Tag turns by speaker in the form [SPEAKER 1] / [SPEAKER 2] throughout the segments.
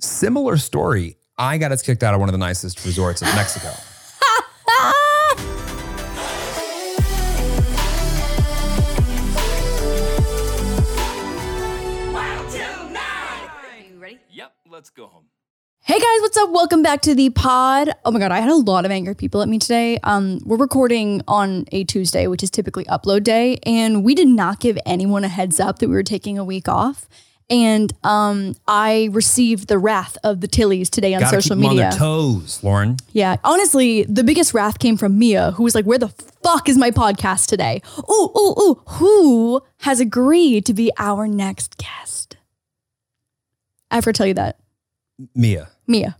[SPEAKER 1] Similar story. I got us kicked out of one of the nicest resorts in Mexico.
[SPEAKER 2] Yep, let's go home.
[SPEAKER 3] Hey guys, what's up? Welcome back to the pod. Oh my god, I had a lot of angry people at me today. Um, we're recording on a Tuesday, which is typically upload day, and we did not give anyone a heads up that we were taking a week off. And um, I received the wrath of the Tillies today on
[SPEAKER 1] Gotta
[SPEAKER 3] social
[SPEAKER 1] keep them
[SPEAKER 3] media.
[SPEAKER 1] on their toes, Lauren.
[SPEAKER 3] Yeah, honestly, the biggest wrath came from Mia, who was like, "Where the fuck is my podcast today?" Ooh, ooh, ooh. Who has agreed to be our next guest? I have to tell you that,
[SPEAKER 1] Mia.
[SPEAKER 3] Mia.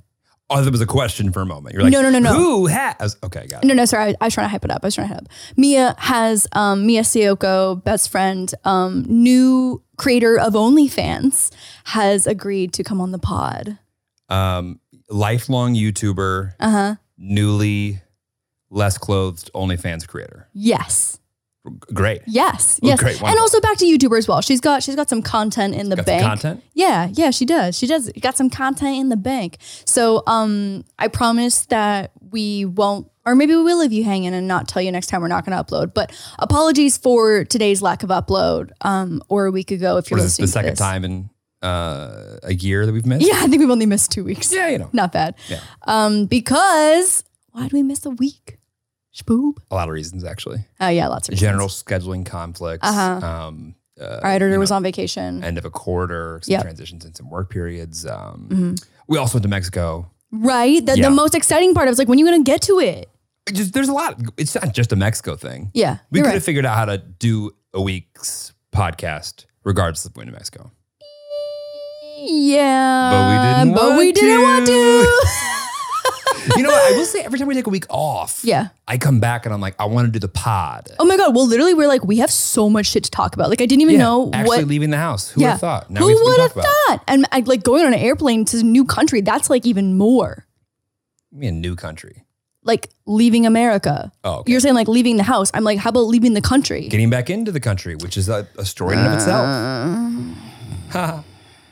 [SPEAKER 1] Oh, there was a question for a moment. You're like,
[SPEAKER 3] No, no, no, no.
[SPEAKER 1] Who has? Okay, got it.
[SPEAKER 3] No, no, sorry. I, I was trying to hype it up. I was trying to hype it up. Mia has um, Mia Sioko, best friend, um, new creator of OnlyFans, has agreed to come on the pod.
[SPEAKER 1] Um, lifelong YouTuber,
[SPEAKER 3] Uh huh.
[SPEAKER 1] newly less clothed OnlyFans creator.
[SPEAKER 3] Yes.
[SPEAKER 1] G- Great.
[SPEAKER 3] Yes.
[SPEAKER 1] Oh,
[SPEAKER 3] Yes.
[SPEAKER 1] great,
[SPEAKER 3] and
[SPEAKER 1] wonderful.
[SPEAKER 3] also back to YouTuber as well. She's got she's got some content in the
[SPEAKER 1] Got
[SPEAKER 3] bank.
[SPEAKER 1] some content.
[SPEAKER 3] Yeah, yeah, she does. She does got some content in the bank. So um I promise that we won't or maybe we will leave you hanging and not tell you next time we're not gonna upload. But apologies for today's lack of upload, um, or a week ago if you're
[SPEAKER 1] What is this
[SPEAKER 3] listening
[SPEAKER 1] the second
[SPEAKER 3] to this.
[SPEAKER 1] time in uh, a year that we've missed?
[SPEAKER 3] Yeah, I think we've only missed two weeks.
[SPEAKER 1] Yeah, you know,
[SPEAKER 3] Not bad.
[SPEAKER 1] Yeah.
[SPEAKER 3] Um, because why did we miss a week? Spoob.
[SPEAKER 1] a lot of reasons actually.
[SPEAKER 3] Oh yeah, lots of reasons.
[SPEAKER 1] General scheduling conflicts.
[SPEAKER 3] Uh-huh.
[SPEAKER 1] Um, uh,
[SPEAKER 3] Our editor
[SPEAKER 1] you
[SPEAKER 3] was
[SPEAKER 1] know,
[SPEAKER 3] on vacation.
[SPEAKER 1] end of a quarter, some
[SPEAKER 3] Yep.
[SPEAKER 1] transitions in some work periods. Um, We also went to Mexico.
[SPEAKER 3] Mm-hmm. right? The,
[SPEAKER 1] Yeah.
[SPEAKER 3] the most exciting part. I was like, when are you gonna get to it?
[SPEAKER 1] It Just, there's a lot. It's not just a Mexico thing.
[SPEAKER 3] Yeah.
[SPEAKER 1] We
[SPEAKER 3] you're
[SPEAKER 1] could
[SPEAKER 3] right.
[SPEAKER 1] have figured out how to do a week's podcast regardless of going to Mexico.
[SPEAKER 3] Yeah.
[SPEAKER 1] But we didn't want to.
[SPEAKER 3] want to.
[SPEAKER 1] you know what? I will say every time we take a week off,
[SPEAKER 3] yeah.
[SPEAKER 1] I come back and I'm like, I want to do the pod.
[SPEAKER 3] Oh my God. Well, literally, we're like, we have so much shit to talk about. Like, I didn't even
[SPEAKER 1] Yeah,
[SPEAKER 3] know
[SPEAKER 1] actually
[SPEAKER 3] what.
[SPEAKER 1] leaving the house. Who would have thought? Now we
[SPEAKER 3] Who
[SPEAKER 1] have something
[SPEAKER 3] would
[SPEAKER 1] to
[SPEAKER 3] have
[SPEAKER 1] talk about.
[SPEAKER 3] thought? And I, like going on an airplane to a new country, that's like even more.
[SPEAKER 1] Me a new country.
[SPEAKER 3] Like leaving America.
[SPEAKER 1] Oh, okay.
[SPEAKER 3] You're saying like leaving the house. I'm like, how about leaving the country?
[SPEAKER 1] Getting back into the country, which is a, a story in and of itself.
[SPEAKER 3] Uh.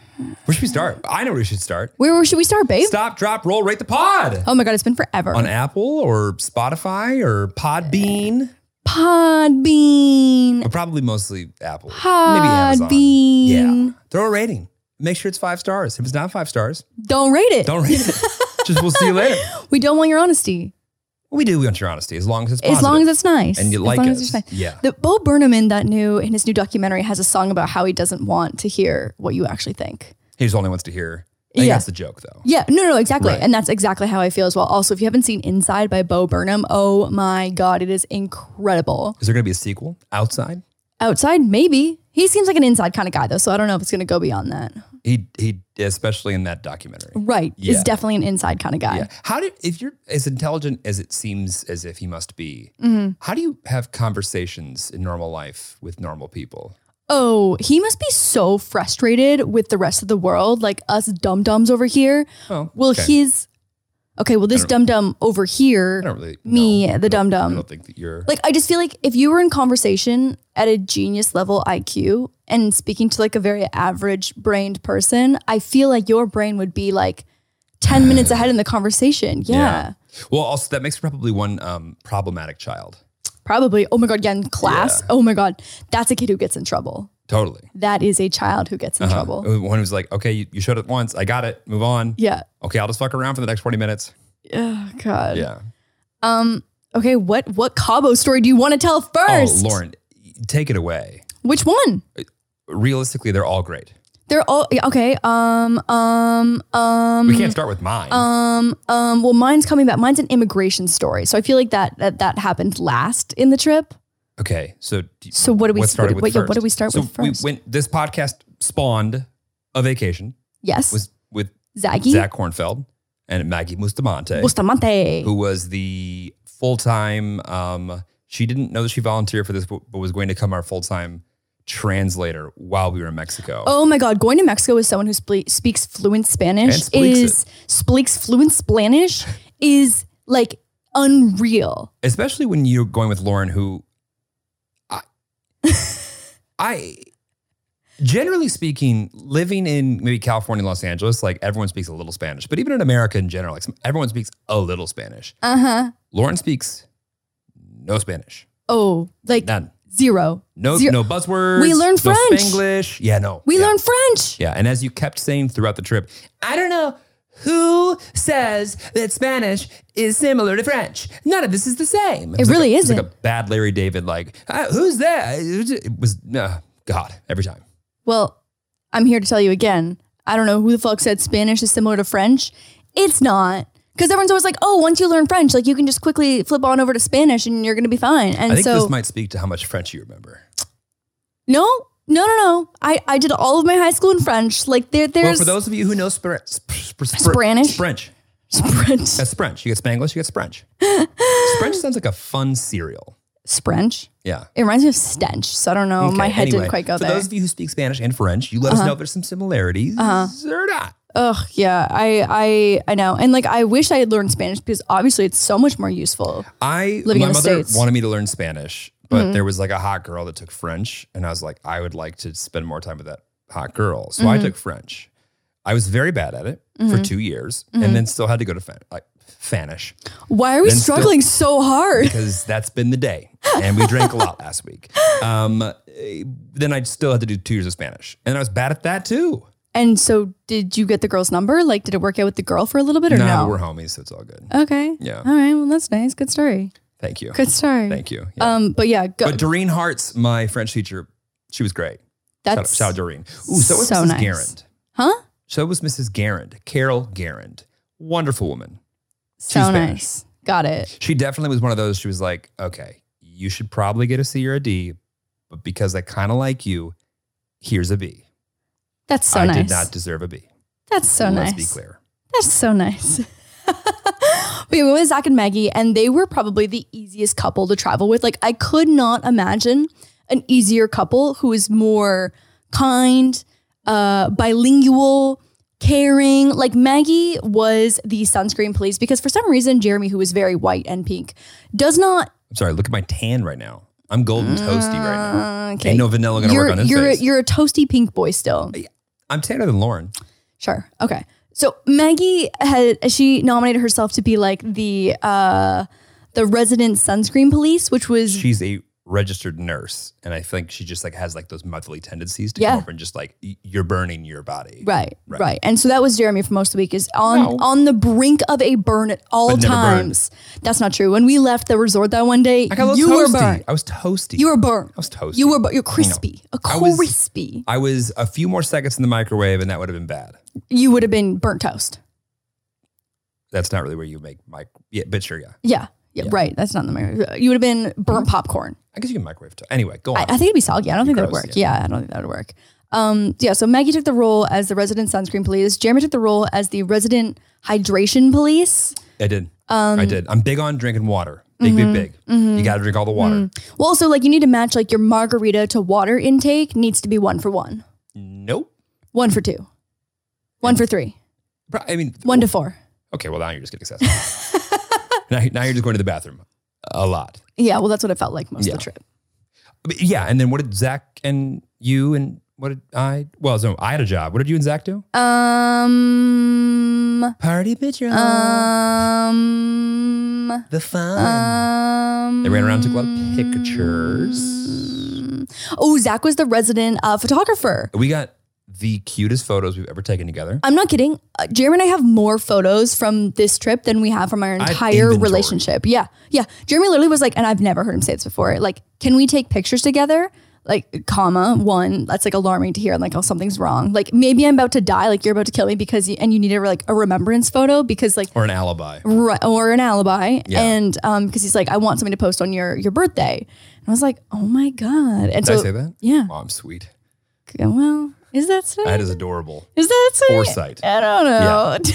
[SPEAKER 1] where should we start? I know where we should start.
[SPEAKER 3] where, where should we start, babe?
[SPEAKER 1] Stop, drop, roll, rate the pod
[SPEAKER 3] Oh my God. It's been forever.
[SPEAKER 1] on Apple or Spotify or Podbean,
[SPEAKER 3] Podbean.
[SPEAKER 1] but probably mostly Apple. Maybe Amazon.
[SPEAKER 3] Podbean.
[SPEAKER 1] Yeah. Throw a rating. Make sure it's five stars. If it's not five stars,
[SPEAKER 3] Don't rate it.
[SPEAKER 1] don't rate it. Just we'll see you later.
[SPEAKER 3] We don't want your honesty.
[SPEAKER 1] We do want your honesty as long as it's
[SPEAKER 3] As
[SPEAKER 1] positive.
[SPEAKER 3] long as it's nice.
[SPEAKER 1] and you
[SPEAKER 3] As
[SPEAKER 1] like
[SPEAKER 3] long
[SPEAKER 1] it.
[SPEAKER 3] as it's nice.
[SPEAKER 1] Yeah.
[SPEAKER 3] The Bo Burnham in that new in his new documentary has a song about how he doesn't want to hear what you actually think.
[SPEAKER 1] He just only wants to hear. I think
[SPEAKER 3] Yeah.
[SPEAKER 1] that's the joke though.
[SPEAKER 3] Yeah, no, no, no, exactly.
[SPEAKER 1] Right.
[SPEAKER 3] And that's exactly how I feel as well. Also, if you haven't seen Inside by Bo Burnham, oh my God, it is incredible.
[SPEAKER 1] Is there going to be a sequel outside?
[SPEAKER 3] Outside, maybe. He seems like an inside kind of guy though, so I don't know if it's gonna go beyond that.
[SPEAKER 1] He he especially in that documentary.
[SPEAKER 3] Right.
[SPEAKER 1] Yeah.
[SPEAKER 3] He's definitely an inside kind of guy.
[SPEAKER 1] Yeah. How do if you're as intelligent as it seems as if he must be,
[SPEAKER 3] Mhm.
[SPEAKER 1] how do you have conversations in normal life with normal people?
[SPEAKER 3] Oh, he must be so frustrated with the rest of the world, like us dum dums over here.
[SPEAKER 1] Oh,
[SPEAKER 3] Well,
[SPEAKER 1] okay.
[SPEAKER 3] his okay, well, this
[SPEAKER 1] I don't-
[SPEAKER 3] dum dum over here.
[SPEAKER 1] I don't really
[SPEAKER 3] me,
[SPEAKER 1] know.
[SPEAKER 3] the dum
[SPEAKER 1] I
[SPEAKER 3] dum.
[SPEAKER 1] don't think that you're
[SPEAKER 3] Like I just feel like if you were in conversation at a genius level IQ and speaking to like a very average brained person, I feel like your brain would be like 10 minutes ahead in the conversation. Yeah.
[SPEAKER 1] Yeah. Well, also that makes you probably one um, problematic child.
[SPEAKER 3] Probably. Oh my god, yeah, in class. Oh my god. That's a kid who gets in trouble.
[SPEAKER 1] Totally.
[SPEAKER 3] That is a child who gets in
[SPEAKER 1] Uh-huh.
[SPEAKER 3] trouble.
[SPEAKER 1] One who's like, okay, you, you showed it once. I got it. Move on.
[SPEAKER 3] Yeah.
[SPEAKER 1] Okay, I'll just fuck around for the next 20 minutes.
[SPEAKER 3] Oh god.
[SPEAKER 1] Yeah.
[SPEAKER 3] Um okay, what what Cabo story do you want to tell first?
[SPEAKER 1] Oh, Lauren, take it away.
[SPEAKER 3] Which one?
[SPEAKER 1] Realistically, they're all great.
[SPEAKER 3] They're all yeah, okay. Um um um
[SPEAKER 1] We can't start with mine.
[SPEAKER 3] Um, um, well, mine's coming back. Mine's an immigration story. So I feel like that that, that happened last in the trip.
[SPEAKER 1] okay, so do-
[SPEAKER 3] So what do we
[SPEAKER 1] what started
[SPEAKER 3] what,
[SPEAKER 1] with
[SPEAKER 3] yeah,
[SPEAKER 1] first?
[SPEAKER 3] what do we start
[SPEAKER 1] so
[SPEAKER 3] with first?
[SPEAKER 1] We went, this podcast spawned a vacation
[SPEAKER 3] yes.
[SPEAKER 1] was with
[SPEAKER 3] Zaggy
[SPEAKER 1] Zach Kornfeld and Maggie Mustamante,
[SPEAKER 3] Bustamante.
[SPEAKER 1] who was the full time. Um, she didn't know that she volunteered for this, but but was going to come our full time translator while we were in Mexico.
[SPEAKER 3] Oh my God, going to Mexico with someone who sple- speaks fluent Spanish
[SPEAKER 1] And speaks
[SPEAKER 3] is speaks fluent Spanish is like unreal.
[SPEAKER 1] especially when you're going with Lauren, who I, I generally speaking, living in maybe California, Los Angeles, like everyone speaks a little Spanish, but even in America in general, like some- everyone speaks a little Spanish.
[SPEAKER 3] Uh huh.
[SPEAKER 1] Lauren speaks no Spanish,
[SPEAKER 3] Oh, like
[SPEAKER 1] none,
[SPEAKER 3] zero.
[SPEAKER 1] no,
[SPEAKER 3] Zero.
[SPEAKER 1] no buzzwords.
[SPEAKER 3] We learn
[SPEAKER 1] no
[SPEAKER 3] French.
[SPEAKER 1] Spanglish. Yeah, no,
[SPEAKER 3] We
[SPEAKER 1] yeah.
[SPEAKER 3] learn French.
[SPEAKER 1] Yeah, and as you kept saying throughout the trip, I don't know who says that Spanish is similar to French. None of this is the same. It, was like
[SPEAKER 3] really
[SPEAKER 1] a, It was
[SPEAKER 3] isn't.
[SPEAKER 1] like a bad Larry David, like "Uh, who's that? It was uh, God every time.
[SPEAKER 3] Well, I'm here to tell you again. I don't know who the fuck said Spanish is similar to French. It's not. Because everyone's always like, oh, once you learn French, like you can just quickly flip on over to Spanish and you're going to be fine. And
[SPEAKER 1] I think
[SPEAKER 3] so,
[SPEAKER 1] this might speak to how much French you remember.
[SPEAKER 3] no, no, no, no. I, I did all of my high school in French. Like, there,
[SPEAKER 1] Well,
[SPEAKER 3] there's
[SPEAKER 1] for those of you who know spr- spr- spr- spr-
[SPEAKER 3] Spranish?
[SPEAKER 1] French.
[SPEAKER 3] French.
[SPEAKER 1] That's French. You get Spanglish, you get French. French sounds like a fun cereal.
[SPEAKER 3] Sprench.
[SPEAKER 1] Yeah.
[SPEAKER 3] It reminds me of stench. So I don't know.
[SPEAKER 1] Okay,
[SPEAKER 3] Oh, My head
[SPEAKER 1] anyway,
[SPEAKER 3] didn't quite go
[SPEAKER 1] For
[SPEAKER 3] there. Uh-huh.
[SPEAKER 1] those of you who speak Spanish and French, you let us know if there's some similarities or not.
[SPEAKER 3] Ugh, yeah. I, I, I know. And like, I wish I had learned Spanish because obviously it's so much more useful.
[SPEAKER 1] I
[SPEAKER 3] Living
[SPEAKER 1] my
[SPEAKER 3] in the
[SPEAKER 1] mother
[SPEAKER 3] States. Mm-hmm.
[SPEAKER 1] wanted me to learn Spanish, but there was like a hot girl that took French, and I was like, I would like to spend more time with that hot girl, so
[SPEAKER 3] Mm-hmm.
[SPEAKER 1] I took French. I was very bad at it for two years,
[SPEAKER 3] Mm-hmm.
[SPEAKER 1] and then still had to go to fan- like Spanish
[SPEAKER 3] Why are we
[SPEAKER 1] Then still-
[SPEAKER 3] struggling so hard?
[SPEAKER 1] because that's been the day, and we drank a lot last week. Um, eh, then I still had to do two years of Spanish, and I was bad at that too.
[SPEAKER 3] And so, did you get the girl's number? Like, did it work out with the girl for a little bit or
[SPEAKER 1] Nah, but
[SPEAKER 3] no?
[SPEAKER 1] we're homies, so it's all good.
[SPEAKER 3] okay.
[SPEAKER 1] Yeah.
[SPEAKER 3] All right. Well, that's nice. Good story.
[SPEAKER 1] Thank you,
[SPEAKER 3] Good story.
[SPEAKER 1] thank you. Yeah.
[SPEAKER 3] Um, but yeah, go,
[SPEAKER 1] but Doreen Hartz, my French teacher, she was great. Shout out,
[SPEAKER 3] that's
[SPEAKER 1] shout out Doreen. Ooh, so was
[SPEAKER 3] so
[SPEAKER 1] Mrs.
[SPEAKER 3] nice.
[SPEAKER 1] Garand.
[SPEAKER 3] huh?
[SPEAKER 1] So was Mrs. Garand, Carol Garand. Wonderful woman.
[SPEAKER 3] So
[SPEAKER 1] Spanish.
[SPEAKER 3] nice. Got it.
[SPEAKER 1] She definitely was one of those. She was like, okay, you should probably get a C or a D, but because I kind of like you, here's a B.
[SPEAKER 3] That's so
[SPEAKER 1] I
[SPEAKER 3] nice.
[SPEAKER 1] did not deserve a B.
[SPEAKER 3] that's so
[SPEAKER 1] Let's
[SPEAKER 3] nice.
[SPEAKER 1] be clear.
[SPEAKER 3] That's so nice. but yeah, we went with Zach and Maggie, and they were probably the easiest couple to travel with. Like, I could not imagine an easier couple who is more kind, uh, bilingual, caring. Like, Maggie was the sunscreen police because for some reason, Jeremy, who is very white and pink, does not.
[SPEAKER 1] I'm sorry. Look at my tan right now. I'm golden toasty right now.
[SPEAKER 3] uh, Mm, Okay.
[SPEAKER 1] Ain't no vanilla gonna
[SPEAKER 3] you're,
[SPEAKER 1] work on his
[SPEAKER 3] you're,
[SPEAKER 1] face.
[SPEAKER 3] you're a toasty pink boy still.
[SPEAKER 1] I'm tanner than Lauren.
[SPEAKER 3] Sure. Okay. So Maggie had she nominated herself to be like the uh the resident sunscreen police, which was
[SPEAKER 1] She's a registered nurse, and I think she just like has like those motherly tendencies to
[SPEAKER 3] Yeah.
[SPEAKER 1] come over and just like y- you're burning your body,
[SPEAKER 3] right, right,
[SPEAKER 1] Right.
[SPEAKER 3] And so that was Jeremy for most of the week is on
[SPEAKER 1] No.
[SPEAKER 3] on the brink of a burn at all
[SPEAKER 1] But never burned.
[SPEAKER 3] times. That's not true. When we left the resort that one day,
[SPEAKER 1] I got a little
[SPEAKER 3] you
[SPEAKER 1] toasty.
[SPEAKER 3] were burnt.
[SPEAKER 1] I was toasty.
[SPEAKER 3] You were burnt.
[SPEAKER 1] I was toasty.
[SPEAKER 3] You were burnt. You're crispy. A
[SPEAKER 1] I was-
[SPEAKER 3] crispy.
[SPEAKER 1] I was a few more seconds in the microwave, and that would have been bad.
[SPEAKER 3] you would have been burnt toast.
[SPEAKER 1] That's not really where you make mic. Yeah, but sure, yeah. Mm-hmm.
[SPEAKER 3] Yeah. Yeah, right. That's not in the microwave. You would have been burnt popcorn.
[SPEAKER 1] I guess you can microwave. T- anyway, go on.
[SPEAKER 3] I, I think it'd be soggy. I don't think that would
[SPEAKER 1] Gross,
[SPEAKER 3] work. Yeah. I don't think that would work. Um, yeah, so Maggie took the role as the resident sunscreen police. Jeremy took the role as the resident hydration police.
[SPEAKER 1] I did. I
[SPEAKER 3] Um,
[SPEAKER 1] did. I'm big on drinking water. Big,
[SPEAKER 3] Mm-hmm.
[SPEAKER 1] big, big. You got to drink all the water.
[SPEAKER 3] Well, also like you need to match like your margarita to water intake needs to be one for one,
[SPEAKER 1] Nope.
[SPEAKER 3] one for two, one for three,
[SPEAKER 1] Pro- I mean,
[SPEAKER 3] one to four.
[SPEAKER 1] okay. Well, now you're just getting excessive. now, now you're just going to the bathroom a lot.
[SPEAKER 3] Yeah, well, that's what it felt like most
[SPEAKER 1] Yeah.
[SPEAKER 3] of the trip.
[SPEAKER 1] But yeah. And then what did Zach and you and what did I? Well, so I had a job. What did you and Zach do?
[SPEAKER 3] Um,
[SPEAKER 1] Party picture.
[SPEAKER 3] Uh, um,
[SPEAKER 1] the fun.
[SPEAKER 3] um.
[SPEAKER 1] they ran around, took a lot of pictures.
[SPEAKER 3] Oh, Zach was the resident uh, photographer.
[SPEAKER 1] We got the cutest photos we've ever taken together.
[SPEAKER 3] I'm not kidding. Uh, Jeremy and I have more photos from this trip than we have from our
[SPEAKER 1] I've
[SPEAKER 3] entire
[SPEAKER 1] inventoried.
[SPEAKER 3] relationship. Yeah. Yeah. Jeremy literally was like, and I've never heard him say this before. Like, can we take pictures together? Like, comma, one. That's like alarming to hear. I'm like, oh, something's wrong. Like, maybe I'm about to die. Like, you're about to kill me because, you, and you need a, like a remembrance photo because, like,
[SPEAKER 1] Or an alibi.
[SPEAKER 3] right, or an alibi.
[SPEAKER 1] Yeah.
[SPEAKER 3] And, um, because he's like, I want something to post on your, your birthday. And I was like, oh my God. And
[SPEAKER 1] Did I
[SPEAKER 3] so,
[SPEAKER 1] say that?
[SPEAKER 3] yeah.
[SPEAKER 1] Oh, I'm sweet.
[SPEAKER 3] Well, Is that sweet?
[SPEAKER 1] That is adorable.
[SPEAKER 3] Is that sweet?
[SPEAKER 1] Foresight.
[SPEAKER 3] I don't know.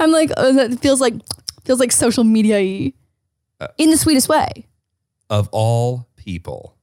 [SPEAKER 3] I'm like, oh, that feels like feels like social media y
[SPEAKER 1] Uh.
[SPEAKER 3] in the sweetest way.
[SPEAKER 1] Of all people.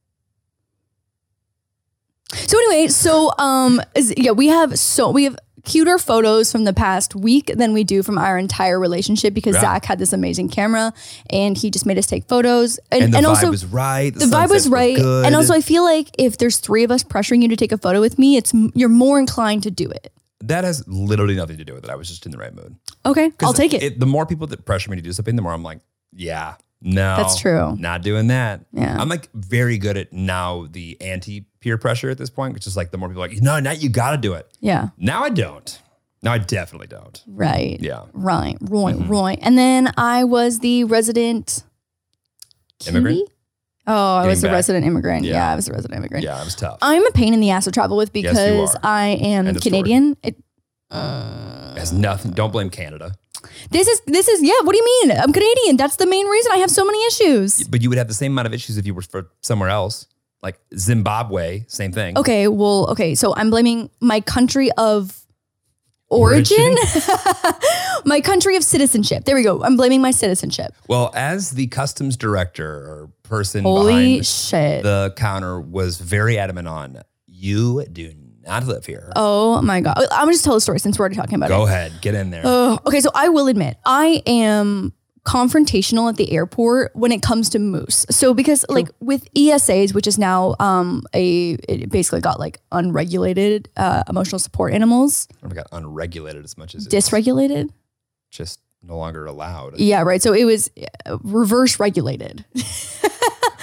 [SPEAKER 3] So anyway, so um is, yeah, we have so we have cuter photos from the past week than we do from our entire relationship because
[SPEAKER 1] Yeah.
[SPEAKER 3] Zach had this amazing camera and he just made us take photos and,
[SPEAKER 1] And, the
[SPEAKER 3] and
[SPEAKER 1] vibe
[SPEAKER 3] also
[SPEAKER 1] was right.
[SPEAKER 3] the vibe was
[SPEAKER 1] sunsets were
[SPEAKER 3] right
[SPEAKER 1] good.
[SPEAKER 3] and also I feel like if there's three of us pressuring you to take a photo with me, it's you're more inclined to do it.
[SPEAKER 1] that has literally nothing to do with it. I was just in the right mood.
[SPEAKER 3] Okay,
[SPEAKER 1] 'Cause
[SPEAKER 3] I'll take it.
[SPEAKER 1] The more people that pressure me to do something, the more I'm like, yeah, no, Uh,
[SPEAKER 3] That's true.
[SPEAKER 1] Not doing that.
[SPEAKER 3] Yeah.
[SPEAKER 1] I'm like very good at now the anti peer pressure at this point, which is like the more people are like, no, now you got to do it.
[SPEAKER 3] yeah,
[SPEAKER 1] Now I don't. Now I definitely don't.
[SPEAKER 3] right.
[SPEAKER 1] Yeah.
[SPEAKER 3] Right, Roy,
[SPEAKER 1] Mhm.
[SPEAKER 3] Roy. And then I was the resident
[SPEAKER 1] Immigrant?
[SPEAKER 3] Kiwi? Oh, I
[SPEAKER 1] Getting
[SPEAKER 3] was the
[SPEAKER 1] back.
[SPEAKER 3] resident immigrant. Yeah.
[SPEAKER 1] Yeah.
[SPEAKER 3] I was the resident immigrant.
[SPEAKER 1] Yeah, it was tough.
[SPEAKER 3] I'm a pain in the ass to travel with
[SPEAKER 1] Yes, you
[SPEAKER 3] because
[SPEAKER 1] are.
[SPEAKER 3] I am
[SPEAKER 1] End of story. Uh,
[SPEAKER 3] Canadian. It,
[SPEAKER 1] It has nothing. Don't blame Canada.
[SPEAKER 3] this is this is yeah. What do you mean? I'm Canadian. That's the main reason I have so many issues.
[SPEAKER 1] But you would have the same amount of issues if you were for somewhere else, like Zimbabwe. Same thing.
[SPEAKER 3] Okay, well, okay. So I'm blaming my country of origin, my country of citizenship. There we go. I'm blaming my citizenship.
[SPEAKER 1] Well, as the customs director or person
[SPEAKER 3] Holy
[SPEAKER 1] behind
[SPEAKER 3] shit!
[SPEAKER 1] the counter was very adamant on, you do not live here.
[SPEAKER 3] oh my god. I'm gonna just tell a story since we're already talking about it.
[SPEAKER 1] Go ahead, get in there.
[SPEAKER 3] Oh, okay. So I will admit, I am confrontational at the airport when it comes to moose. So because like with ESAs, which is now um a it basically got like unregulated uh, emotional support animals,
[SPEAKER 1] oh my god, unregulated as much as it's
[SPEAKER 3] dysregulated.
[SPEAKER 1] just no longer allowed.
[SPEAKER 3] Yeah, right. So it was uh, reverse regulated,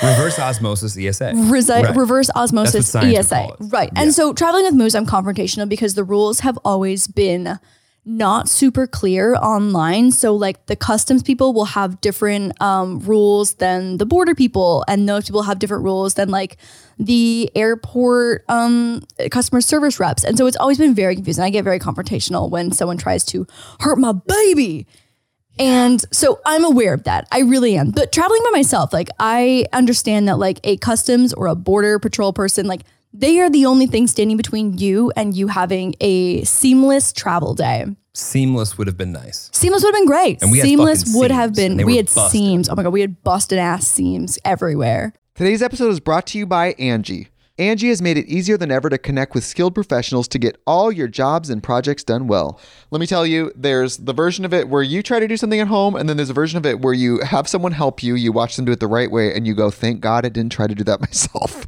[SPEAKER 1] Reverse osmosis E ESA.
[SPEAKER 3] Resi-
[SPEAKER 1] Right.
[SPEAKER 3] reverse osmosis,
[SPEAKER 1] science would
[SPEAKER 3] ESA.
[SPEAKER 1] call it.
[SPEAKER 3] Right.
[SPEAKER 1] Yeah.
[SPEAKER 3] And so traveling with moose, I'm confrontational because the rules have always been not super clear online. So like the customs people will have different um, rules than the border people, and those people have different rules than like the airport um, customer service reps. And so it's always been very confusing. I get very confrontational when someone tries to hurt my baby. And so I'm aware of that. I really am. But traveling by myself, like I understand that like a customs or a border patrol person, like they are the only thing standing between you and you having a seamless travel day.
[SPEAKER 1] Seamless would have been nice.
[SPEAKER 3] Seamless would have been great.
[SPEAKER 1] And we had
[SPEAKER 3] seamless
[SPEAKER 1] fucking
[SPEAKER 3] would
[SPEAKER 1] seams,
[SPEAKER 3] have
[SPEAKER 1] and they
[SPEAKER 3] been. We
[SPEAKER 1] were
[SPEAKER 3] had
[SPEAKER 1] busted.
[SPEAKER 3] seams. Oh my god, we had busted ass seams everywhere.
[SPEAKER 4] Today's episode is brought to you by Angie. Angie has made it easier than ever to connect with skilled professionals to get all your jobs and projects done well. Let me tell you, there's the version of it where you try to do something at home, and then there's a version of it where you have someone help you, you watch them do it the right way, and you go, thank God I didn't try to do that myself.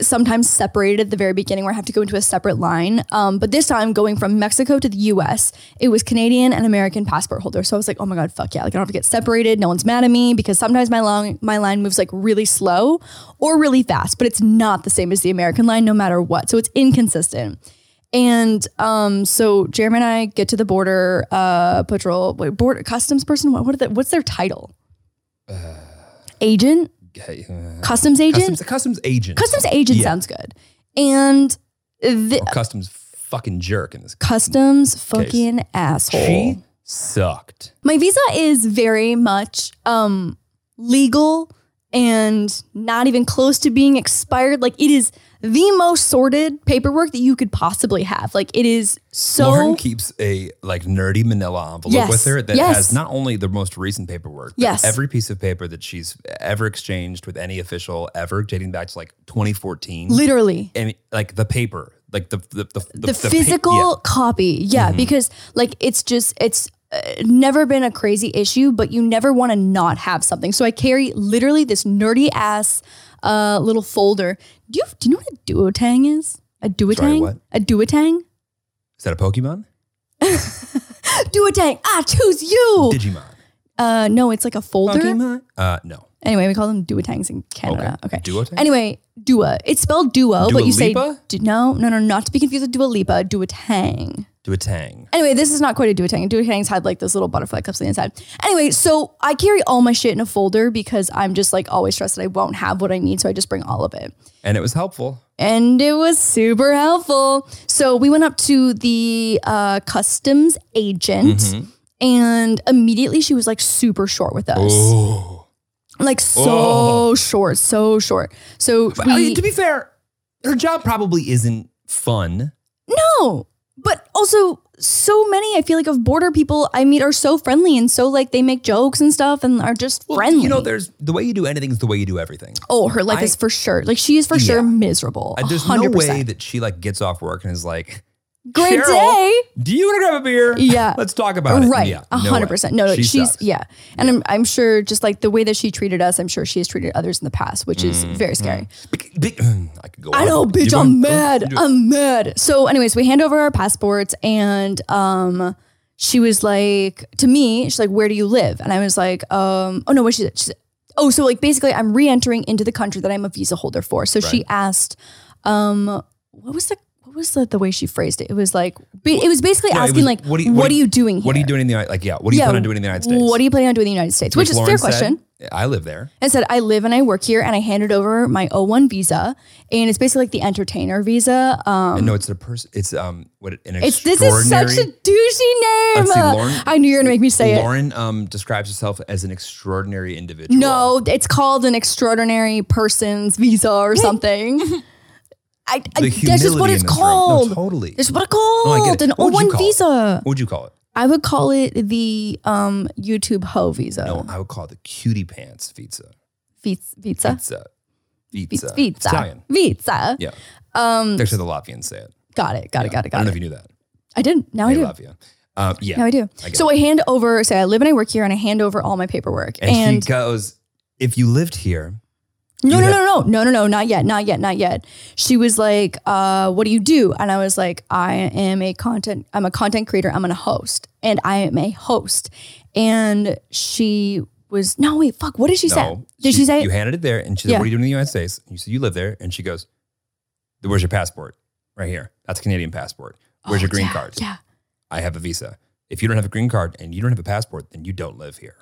[SPEAKER 3] sometimes separated at the very beginning where I have to go into a separate line. Um, but this time going from Mexico to the US, it was Canadian and American passport holder. So I was like, oh my God, fuck yeah. Like I don't have to get separated. No one's mad at me because sometimes my long my line moves like really slow or really fast, but it's not the same as the American line no matter what. So it's inconsistent. And um, so Jeremy and I get to the border uh, patrol, wait, border customs person. What, what are the, what's their title? agent,
[SPEAKER 1] Okay, uh,
[SPEAKER 3] customs agent,
[SPEAKER 1] Customs, customs agent.
[SPEAKER 3] Customs agent
[SPEAKER 1] Yeah.
[SPEAKER 3] sounds good. And the
[SPEAKER 1] Or customs fucking jerk in this.
[SPEAKER 3] customs fucking asshole.
[SPEAKER 1] She sucked.
[SPEAKER 3] My visa is very much um legal and not even close to being expired. Like it is the most sorted paperwork that you could possibly have. Like it is so
[SPEAKER 1] Lauren keeps a like nerdy manila envelope
[SPEAKER 3] Yes,
[SPEAKER 1] with her that
[SPEAKER 3] yes.
[SPEAKER 1] has not only the most recent paperwork, but
[SPEAKER 3] Yes.
[SPEAKER 1] every piece of paper that she's ever exchanged with any official ever, dating back to like 2014.
[SPEAKER 3] literally
[SPEAKER 1] and like the paper, like the the the,
[SPEAKER 3] the,
[SPEAKER 1] pa-
[SPEAKER 3] physical
[SPEAKER 1] yeah. Mm-hmm.
[SPEAKER 3] copy. Yeah, because like it's just it's uh, never been a crazy issue, but you never want to not have something. So I carry literally this nerdy ass uh, little folder. Do you do you know what a duotang is? A duotang?
[SPEAKER 1] what?
[SPEAKER 3] A duotang?
[SPEAKER 1] Is that a Pokemon?
[SPEAKER 3] Duotang. I choose you.
[SPEAKER 1] Digimon.
[SPEAKER 3] uh, no, it's like a folder.
[SPEAKER 1] Pokemon? Uh, no.
[SPEAKER 3] Anyway, we call them duotangs in Canada. Okay.
[SPEAKER 1] Duotang?
[SPEAKER 3] Anyway, dua. It's spelled duo,
[SPEAKER 1] Dua
[SPEAKER 3] but you
[SPEAKER 1] Lipa?
[SPEAKER 3] say du- no, no, no, not to be confused with Dua Lipa, Duotang.
[SPEAKER 1] Do a tang.
[SPEAKER 3] Anyway, this is not quite a duotang. Duotangs had like this little butterfly clips on the inside. Anyway, so I carry all my shit in a folder because I'm just like always stressed that I won't have what I need, so I just bring all of it
[SPEAKER 1] And it was helpful.
[SPEAKER 3] and it was super helpful. So we went up to the uh, customs agent,
[SPEAKER 1] Mm-hmm.
[SPEAKER 3] and immediately she was like super short with us,
[SPEAKER 1] Oh.
[SPEAKER 3] like so
[SPEAKER 1] Oh.
[SPEAKER 3] short, so short. So
[SPEAKER 1] But I mean,
[SPEAKER 3] we,
[SPEAKER 1] to be fair, her job probably isn't fun.
[SPEAKER 3] no, but also so many I feel like of border people I meet are so friendly and so like they make jokes and stuff and are just friendly.
[SPEAKER 1] You know, there's the way you do anything is the way you do everything.
[SPEAKER 3] oh, her life
[SPEAKER 1] I-
[SPEAKER 3] is for sure like she is for
[SPEAKER 1] Yeah.
[SPEAKER 3] sure miserable.
[SPEAKER 1] Uh, There's no
[SPEAKER 3] 100%.
[SPEAKER 1] way that she like gets off work and is like,
[SPEAKER 3] Great
[SPEAKER 1] Cheryl,
[SPEAKER 3] day.
[SPEAKER 1] "Do you want to grab a beer?
[SPEAKER 3] Yeah.
[SPEAKER 1] let's talk about it."
[SPEAKER 3] Right.
[SPEAKER 1] Yeah,
[SPEAKER 3] A
[SPEAKER 1] no
[SPEAKER 3] hundred
[SPEAKER 1] way.
[SPEAKER 3] percent. No, like,
[SPEAKER 1] She
[SPEAKER 3] she's
[SPEAKER 1] sucks.
[SPEAKER 3] yeah. And I'm I'm sure just like the way that she treated us, I'm sure she has treated others in the past, which is
[SPEAKER 1] Mm,
[SPEAKER 3] very scary.
[SPEAKER 1] Bec- bec- I could go.
[SPEAKER 3] I
[SPEAKER 1] on.
[SPEAKER 3] know,
[SPEAKER 1] You
[SPEAKER 3] bitch,
[SPEAKER 1] want-
[SPEAKER 3] I'm mad. Um,
[SPEAKER 1] do it.
[SPEAKER 3] I'm mad. So anyways, we hand over our passports and um she was like to me, she's like, Where do you live? And I was like, um, oh no, what she said. She said oh, so like basically I'm re-entering into the country that I'm a visa holder for. So she asked, um, what was the what was the, the way she phrased it? It was like, ba- it was basically
[SPEAKER 1] Yeah, it
[SPEAKER 3] asking
[SPEAKER 1] was,
[SPEAKER 3] like, what,
[SPEAKER 1] do
[SPEAKER 3] are you doing here?
[SPEAKER 1] What are you doing in the Uni- like? Yeah, what do you plan on doing in the United States?
[SPEAKER 3] What are you planning on doing in the United States? Which,
[SPEAKER 1] Which
[SPEAKER 3] is a
[SPEAKER 1] Lauren
[SPEAKER 3] fair
[SPEAKER 1] said,
[SPEAKER 3] question.
[SPEAKER 1] I live there.
[SPEAKER 3] And said, I live and I work here, and I handed over my O1 visa, and it's basically like the entertainer visa. Um,
[SPEAKER 1] And no, it's a person. It's um, what an
[SPEAKER 3] it's this is such a douchey
[SPEAKER 1] extraordinary-
[SPEAKER 3] name.
[SPEAKER 1] Let's see, Lauren-
[SPEAKER 3] I knew you were gonna make me say it.
[SPEAKER 1] Lauren um describes herself as an extraordinary individual.
[SPEAKER 3] No, it's called an extraordinary person's visa or something. I, I,
[SPEAKER 1] the
[SPEAKER 3] that's just what
[SPEAKER 1] humility
[SPEAKER 3] it's
[SPEAKER 1] in this room.
[SPEAKER 3] called.
[SPEAKER 1] No, totally.
[SPEAKER 3] That's what it's
[SPEAKER 1] No, I get
[SPEAKER 3] called.
[SPEAKER 1] it.
[SPEAKER 3] An
[SPEAKER 1] What would you
[SPEAKER 3] O1
[SPEAKER 1] call it?
[SPEAKER 3] visa.
[SPEAKER 1] What would you call it?
[SPEAKER 3] I would call it the um, YouTube ho visa.
[SPEAKER 1] No, I would call it the cutie pants pizza.
[SPEAKER 3] Viz- Visa.
[SPEAKER 1] Pizza.
[SPEAKER 3] Visa.
[SPEAKER 1] Pizza. It's
[SPEAKER 3] Visa.
[SPEAKER 1] Italian.
[SPEAKER 3] Visa.
[SPEAKER 1] Yeah.
[SPEAKER 3] Um,
[SPEAKER 1] Actually, the Latvians say it.
[SPEAKER 3] Got it. Got it. Got
[SPEAKER 1] I
[SPEAKER 3] it. Got
[SPEAKER 1] don't know if
[SPEAKER 3] it.
[SPEAKER 1] you knew that.
[SPEAKER 3] I didn't. Now I
[SPEAKER 1] Hey,
[SPEAKER 3] do.
[SPEAKER 1] Latvia. Uh, yeah.
[SPEAKER 3] Now I do.
[SPEAKER 1] I get
[SPEAKER 3] so I hand over, say I live and I work here and I hand over all my paperwork.
[SPEAKER 1] and,
[SPEAKER 3] And,
[SPEAKER 1] he goes, if you lived here, you
[SPEAKER 3] no, no,
[SPEAKER 1] have-
[SPEAKER 3] no, no, no, no, no, not yet. Not yet. Not yet. She was like, uh, what do you do? And I was like, I am a content, I'm a content creator. I'm going to host and I am a host. And she was, no, wait, fuck. What did she say?
[SPEAKER 1] no.
[SPEAKER 3] Did she, say,
[SPEAKER 1] You handed it there and she said,
[SPEAKER 3] Yeah.
[SPEAKER 1] What are you doing in the United States? And you said, You live there. And she goes, Where's your passport? Right here. That's a Canadian passport. Where's
[SPEAKER 3] Oh,
[SPEAKER 1] your green
[SPEAKER 3] yeah,
[SPEAKER 1] card?
[SPEAKER 3] Yeah.
[SPEAKER 1] I have a visa. If you don't have a green card and you don't have a passport, then you don't live here.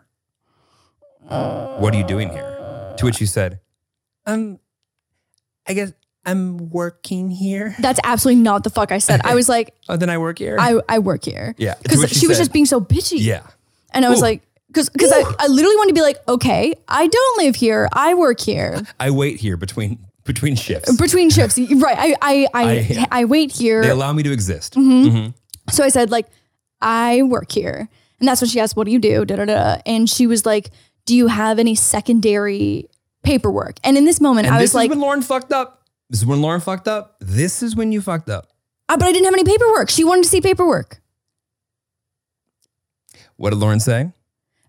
[SPEAKER 1] What are you doing here? To which you said, Um, I guess I'm working here.
[SPEAKER 3] That's absolutely not the fuck I said. I was like,
[SPEAKER 1] Oh, then I work here.
[SPEAKER 3] I, I work here.
[SPEAKER 1] yeah. To
[SPEAKER 3] Because
[SPEAKER 1] which you
[SPEAKER 3] she was
[SPEAKER 1] said,
[SPEAKER 3] just being so bitchy.
[SPEAKER 1] Yeah.
[SPEAKER 3] And I was
[SPEAKER 1] Ooh.
[SPEAKER 3] like, because because I, I literally wanted to be like, okay, I don't live here. I work here
[SPEAKER 1] I wait here between between shifts.
[SPEAKER 3] between shifts. Right. I I I,
[SPEAKER 1] I-
[SPEAKER 3] I, wait here.
[SPEAKER 1] They allow me to exist.
[SPEAKER 3] Mm, so I said like, I work here. And that's when she asked, what do you do? Da, da, da. And she was like, do you have any secondary paperwork? And in this moment,
[SPEAKER 1] And
[SPEAKER 3] I
[SPEAKER 1] this
[SPEAKER 3] was like,
[SPEAKER 1] is when Lauren fucked up. This is when Lauren fucked up. This is when you fucked up.
[SPEAKER 3] "Ah, but I didn't have any paperwork. She wanted to see paperwork.
[SPEAKER 1] What did Lauren say?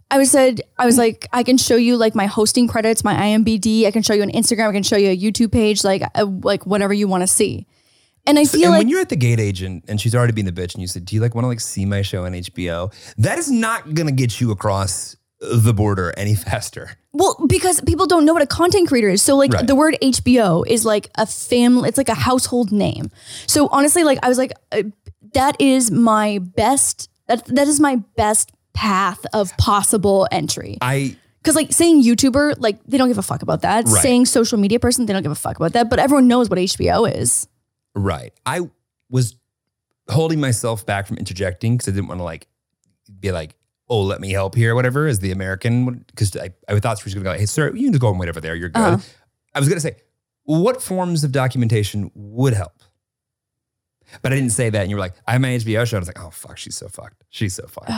[SPEAKER 3] I was said, I was like, I can show you like my hosting credits, my IMBD. I can show you an Instagram. I can show you a YouTube page, like, uh, like whatever you want to see. And I
[SPEAKER 1] So-
[SPEAKER 3] feel
[SPEAKER 1] and
[SPEAKER 3] like
[SPEAKER 1] when you're at the gate agent and she's already being a bitch and you said, Do you like want to like see my show on HBO? That is not gonna get you across the border any faster.
[SPEAKER 3] Well, because people don't know what a content creator is. So like
[SPEAKER 1] Right.
[SPEAKER 3] the word HBO is like a family, it's like a household name. So honestly, like I was like, uh, that is my best, that, that is my best path of possible entry.
[SPEAKER 1] I
[SPEAKER 3] Cause like saying YouTuber, like they don't give a fuck about that.
[SPEAKER 1] Right.
[SPEAKER 3] Saying social media person, they don't give a fuck about that. But everyone knows what HBO is.
[SPEAKER 1] right. I was holding myself back from interjecting because I didn't want to like be like, oh, let me help here or whatever, as the American because I, I thought she was gonna go, Hey sir, you can just go and wait over there. You're good.
[SPEAKER 3] Uh-huh.
[SPEAKER 1] I was gonna say, what forms of documentation would help? But I didn't say that. And you were like, I have my HBO show. And I was like, oh, fuck, she's so fucked. She's so fucked.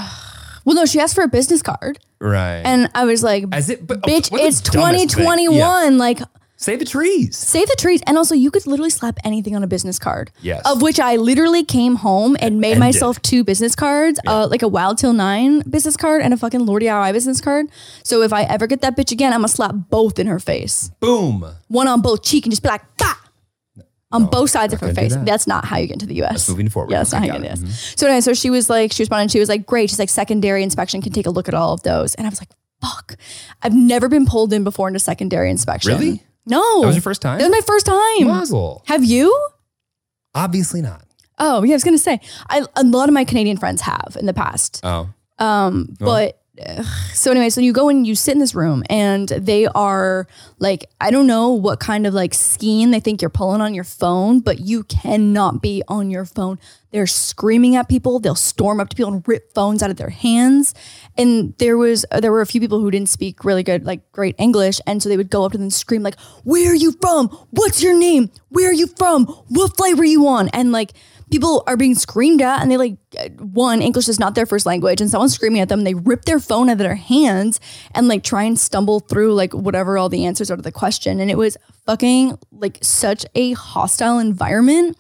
[SPEAKER 3] Well, no, she asked for a business card,
[SPEAKER 1] right.
[SPEAKER 3] and I was like,
[SPEAKER 1] As it, but, what's
[SPEAKER 3] "Bitch,
[SPEAKER 1] the
[SPEAKER 3] it's
[SPEAKER 1] dumbest thing?
[SPEAKER 3] 2021.
[SPEAKER 1] Yeah.
[SPEAKER 3] Like,
[SPEAKER 1] Save the trees.
[SPEAKER 3] save the trees." And also, you could literally slap anything on a business card.
[SPEAKER 1] Yes.
[SPEAKER 3] Of which I literally came home and made
[SPEAKER 1] Ended.
[SPEAKER 3] myself two business cards, uh, like a Wild Till Nine business card and a fucking Lordy DIY business card. So if I ever get that bitch again, I'm gonna slap both in her face,
[SPEAKER 1] Boom.
[SPEAKER 3] one on both cheek, and just be like, "Bah!" On both sides of her
[SPEAKER 1] gonna do
[SPEAKER 3] face.
[SPEAKER 1] that.
[SPEAKER 3] That's not how you get into the U.S.
[SPEAKER 1] moving forward. Mm-hmm.
[SPEAKER 3] Yeah, that's not
[SPEAKER 1] Okay,
[SPEAKER 3] how you
[SPEAKER 1] got
[SPEAKER 3] get
[SPEAKER 1] it.
[SPEAKER 3] into the U.S. So anyway, so she was like, she responded. She was like, "Great." She's like, "Secondary inspection can take a look at all of those." And I was like, "Fuck, I've never been pulled in before into secondary inspection."
[SPEAKER 1] Really?
[SPEAKER 3] No.
[SPEAKER 1] That was your first time?
[SPEAKER 3] That was my first time.
[SPEAKER 1] Mazel.
[SPEAKER 3] Have you?
[SPEAKER 1] Obviously not.
[SPEAKER 3] Oh, yeah, I was gonna say I, a lot of my Canadian friends have in the past,
[SPEAKER 1] Oh.
[SPEAKER 3] um, but ugh. so anyway, so you go and you sit in this room, and they are like, I don't know what kind of like skein they think you're pulling on your phone, but you cannot be on your phone. They're screaming at people. They'll storm up to people and rip phones out of their hands. And there was uh, there were a few people who didn't speak really good like great English, and so they would go up to them and scream like, "Where are you from? What's your name? Where are you from? What flight were you on?" And like people are being screamed at and they like one english is not their first language and someone's screaming at them they rip their phone out of their hands and like try and stumble through like whatever all the answers are to the question and it was fucking like such a hostile environment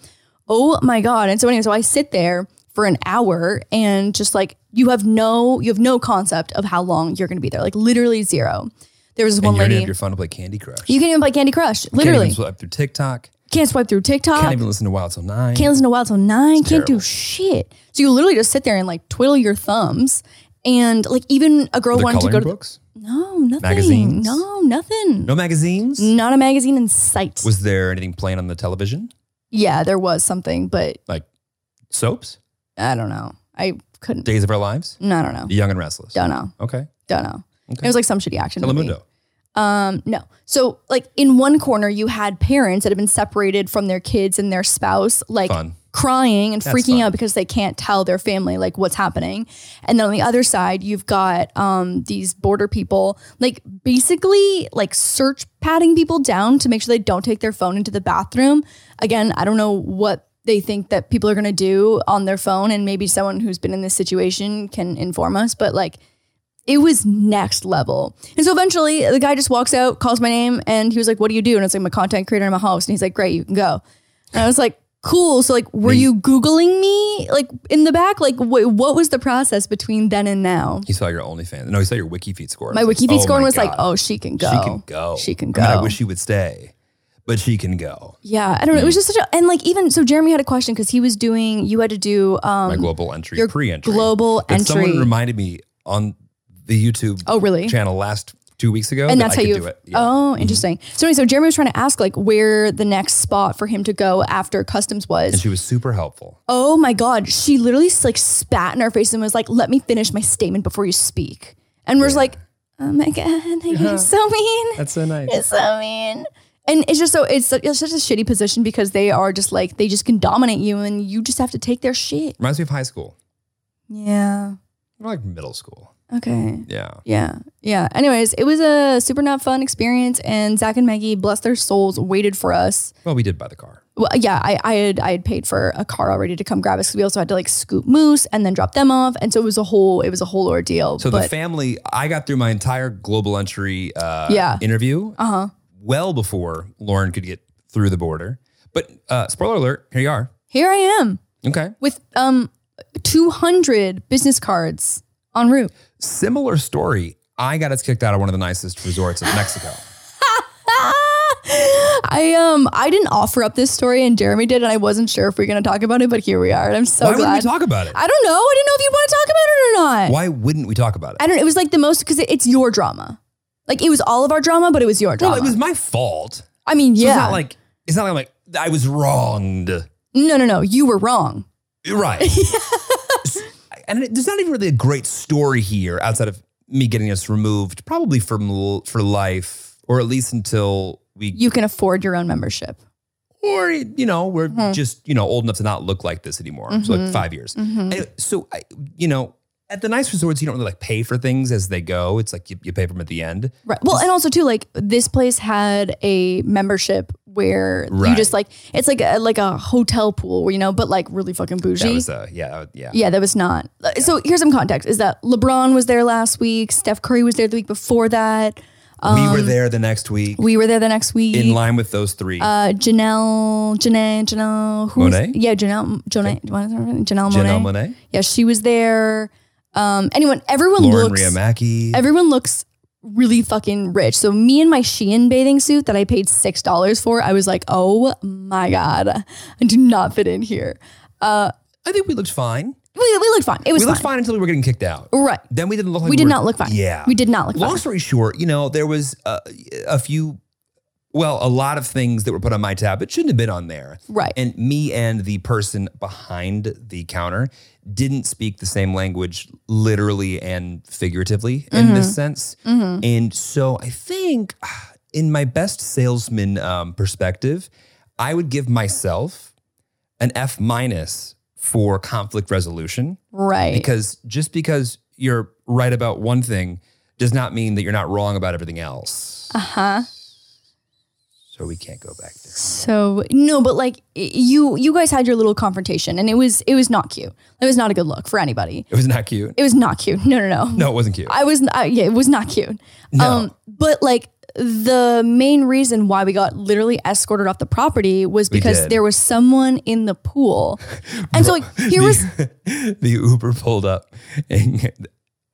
[SPEAKER 3] oh my god and so anyway so i sit there for an hour and just like you have no you have no concept of how long you're gonna be there like literally zero there was this
[SPEAKER 1] And
[SPEAKER 3] one
[SPEAKER 1] you don't
[SPEAKER 3] lady
[SPEAKER 1] have your phone to play Candy Crush.
[SPEAKER 3] you can't even play candy crush literally
[SPEAKER 1] Can't even swipe through TikTok.
[SPEAKER 3] can't swipe through tiktok
[SPEAKER 1] Can't even listen to Wild Till 9
[SPEAKER 3] can't listen to Wild Till Nine. can't do
[SPEAKER 1] terrible.
[SPEAKER 3] shit. So you literally just sit there and like twiddle your thumbs. And like even a girl
[SPEAKER 1] the
[SPEAKER 3] wanted
[SPEAKER 1] coloring
[SPEAKER 3] to go to
[SPEAKER 1] books.
[SPEAKER 3] the, no nothing
[SPEAKER 1] Magazines?
[SPEAKER 3] no nothing
[SPEAKER 1] no magazines.
[SPEAKER 3] not a magazine in sight.
[SPEAKER 1] Was there anything playing on the television?
[SPEAKER 3] yeah, there was something, but
[SPEAKER 1] Like soaps?
[SPEAKER 3] I don't know. I couldn't.
[SPEAKER 1] Days of Our Lives?
[SPEAKER 3] no, I don't know.
[SPEAKER 1] The Young and Restless.
[SPEAKER 3] Don't know.
[SPEAKER 1] Okay.
[SPEAKER 3] Don't know.
[SPEAKER 1] Okay.
[SPEAKER 3] It was like some shitty action. movie.
[SPEAKER 1] Telemundo.
[SPEAKER 3] Um, no. So like in one corner, you had parents that have been separated from their kids and their spouse, like
[SPEAKER 1] Fun.
[SPEAKER 3] crying and
[SPEAKER 1] That's
[SPEAKER 3] freaking
[SPEAKER 1] fun.
[SPEAKER 3] out because they can't tell their family like what's happening. And then on the other side, you've got um, these border people, like basically like search patting people down to make sure they don't take their phone into the bathroom. Again, I don't know what they think that people are going to do on their phone, and maybe someone who's been in this situation can inform us. But like it was next level. And so eventually the guy just walks out, calls my name, and he was like, What do you do? And I was like, I'm a content creator, I'm a host. And he's like, Great, you can go. And I was like, Cool. So like, were you Googling me? Like in the back? Like wh- what was the process between then and now?
[SPEAKER 1] He saw your OnlyFans. No, he saw your WikiFeed score.
[SPEAKER 3] My
[SPEAKER 1] I was
[SPEAKER 3] WikiFeed
[SPEAKER 1] oh
[SPEAKER 3] score
[SPEAKER 1] my
[SPEAKER 3] was like,
[SPEAKER 1] God.
[SPEAKER 3] Oh, she can go.
[SPEAKER 1] She can go.
[SPEAKER 3] She can
[SPEAKER 1] I, mean, I
[SPEAKER 3] go.
[SPEAKER 1] wish she would stay, but she can go.
[SPEAKER 3] Yeah. I don't know. It was just such a, and like even, so Jeremy had a question because he was doing, you had to do, um,
[SPEAKER 1] My global entry,
[SPEAKER 3] your
[SPEAKER 1] pre-entry.
[SPEAKER 3] global
[SPEAKER 1] But
[SPEAKER 3] entry.
[SPEAKER 1] Someone reminded me on the YouTube
[SPEAKER 3] oh, really?
[SPEAKER 1] channel last two weeks ago
[SPEAKER 3] and
[SPEAKER 1] that I
[SPEAKER 3] that's how
[SPEAKER 1] could
[SPEAKER 3] you
[SPEAKER 1] do it. Yeah. Mm-hmm.
[SPEAKER 3] oh interesting so anyway so jeremy was trying to ask like where the next spot for him to go after customs
[SPEAKER 1] And
[SPEAKER 3] was
[SPEAKER 1] she was super helpful.
[SPEAKER 3] oh my god she literally like spat in our face and was like let me finish my statement before you speak and we're just like oh my god
[SPEAKER 1] Uh-huh.
[SPEAKER 3] you're so mean
[SPEAKER 1] That's so nice.
[SPEAKER 3] it's so mean. And it's just so it's, su- it's such a shitty position because they are just like they just can dominate you and you just have to take their shit.
[SPEAKER 1] Reminds me of high school.
[SPEAKER 3] Yeah.
[SPEAKER 1] More like middle school.
[SPEAKER 3] Okay.
[SPEAKER 1] Yeah.
[SPEAKER 3] Yeah. Yeah. Anyways, it was a super not fun experience and Zach and Maggie, bless their souls, waited for us.
[SPEAKER 1] Well, we did buy the car.
[SPEAKER 3] Well, yeah, I, I had I had paid for a car already to come grab us. 'cause We also had to like scoop Moose and then drop them off, and so it was a whole it was a whole ordeal.
[SPEAKER 1] So
[SPEAKER 3] but,
[SPEAKER 1] the family, I got through my entire global entry uh,
[SPEAKER 3] Yeah.
[SPEAKER 1] interview
[SPEAKER 3] uh huh.
[SPEAKER 1] well before Lauren could get through the border. But uh, spoiler alert, here you are.
[SPEAKER 3] Here I am
[SPEAKER 1] Okay.
[SPEAKER 3] with um two hundred business cards en route.
[SPEAKER 1] Similar story. I got us kicked out of one of the nicest resorts in Mexico.
[SPEAKER 3] I um I didn't offer up this story and Jeremy did and I wasn't sure if we were gonna talk about it, but here we are and I'm so
[SPEAKER 1] Why wouldn't we
[SPEAKER 3] glad.
[SPEAKER 1] talk about it?
[SPEAKER 3] I don't know. I didn't know if you want to talk about it or not.
[SPEAKER 1] Why wouldn't we talk about it?
[SPEAKER 3] I don't. It was like the most because it, it's your drama. Like it was all of our drama, but it was your drama.
[SPEAKER 1] Well, it was my fault.
[SPEAKER 3] I mean,
[SPEAKER 1] So
[SPEAKER 3] yeah.
[SPEAKER 1] It's not like it's not like I'm like I was wronged.
[SPEAKER 3] no, no, no. You were wrong.
[SPEAKER 1] Right. S- and it, there's not even really a great story here outside of me getting us removed, probably from l- for life, or at least until we
[SPEAKER 3] You can afford your own membership.
[SPEAKER 1] or you know we're
[SPEAKER 3] Mhm.
[SPEAKER 1] just you know old enough to not look like this anymore so like
[SPEAKER 3] Mhm.
[SPEAKER 1] five years
[SPEAKER 3] Mhm.
[SPEAKER 1] Anyway, so I, you know at the nice resorts, you don't really like pay for things as they go. It's like you, you pay for them at the end.
[SPEAKER 3] Right. Well, and also too, like this place had a membership where you
[SPEAKER 1] Right.
[SPEAKER 3] just like it's like a, like a hotel pool, you know, but like really fucking bougie.
[SPEAKER 1] That was uh, yeah, that was- yeah.
[SPEAKER 3] yeah, that was not. uh, So here's some context: is that LeBron was there last week, Steph Curry was there the week before that,
[SPEAKER 1] we
[SPEAKER 3] um,
[SPEAKER 1] were there the next week,
[SPEAKER 3] we were there the next week.
[SPEAKER 1] in line with those three.
[SPEAKER 3] uh, Janelle, Janelle, Janelle, who was-
[SPEAKER 1] Monáe?
[SPEAKER 3] yeah, Janelle, Janelle, Janelle,
[SPEAKER 1] Janelle
[SPEAKER 3] Janelle Monet.
[SPEAKER 1] Monet,
[SPEAKER 3] Yeah, she was there. Um, anyone, everyone
[SPEAKER 1] Lauren
[SPEAKER 3] looks.
[SPEAKER 1] Riamaki.
[SPEAKER 3] everyone looks really fucking rich. So me and my Shein bathing suit that I paid six dollars for, I was like, oh my god, I do not fit in here. Uh,
[SPEAKER 1] I think we looked fine.
[SPEAKER 3] we, we looked fine. It was
[SPEAKER 1] We looked
[SPEAKER 3] fine.
[SPEAKER 1] fine until we were getting kicked out.
[SPEAKER 3] Right.
[SPEAKER 1] Then we didn't look like
[SPEAKER 3] we did
[SPEAKER 1] were-
[SPEAKER 3] not look fine.
[SPEAKER 1] Yeah.
[SPEAKER 3] We did not look
[SPEAKER 1] Long
[SPEAKER 3] fine.
[SPEAKER 1] story short, you know, there was a, a few, well, a lot of things that were put on my tab that shouldn't have been on there.
[SPEAKER 3] Right.
[SPEAKER 1] And me and the person behind the counter didn't speak the same language, literally and figuratively, in this sense.
[SPEAKER 3] Mhm.
[SPEAKER 1] And so I think, ah, in my best salesman um, perspective, I would give myself an F minus for conflict resolution
[SPEAKER 3] Right.
[SPEAKER 1] because just because you're right about one thing does not mean that you're not wrong about everything else.
[SPEAKER 3] uh huh.
[SPEAKER 1] So we can't go back there.
[SPEAKER 3] So no, but like y- you, you guys had your little confrontation, and it was it was not cute. It was not a good look for anybody.
[SPEAKER 1] It was not cute.
[SPEAKER 3] It was not cute. No, no, no.
[SPEAKER 1] No, it wasn't cute.
[SPEAKER 3] I was I, yeah, it was not cute. Um,
[SPEAKER 1] No.
[SPEAKER 3] but like the main reason why we got literally escorted off the property was
[SPEAKER 1] We
[SPEAKER 3] because
[SPEAKER 1] did.
[SPEAKER 3] there was someone in the pool, and so like here was
[SPEAKER 1] the Uber pulled up, and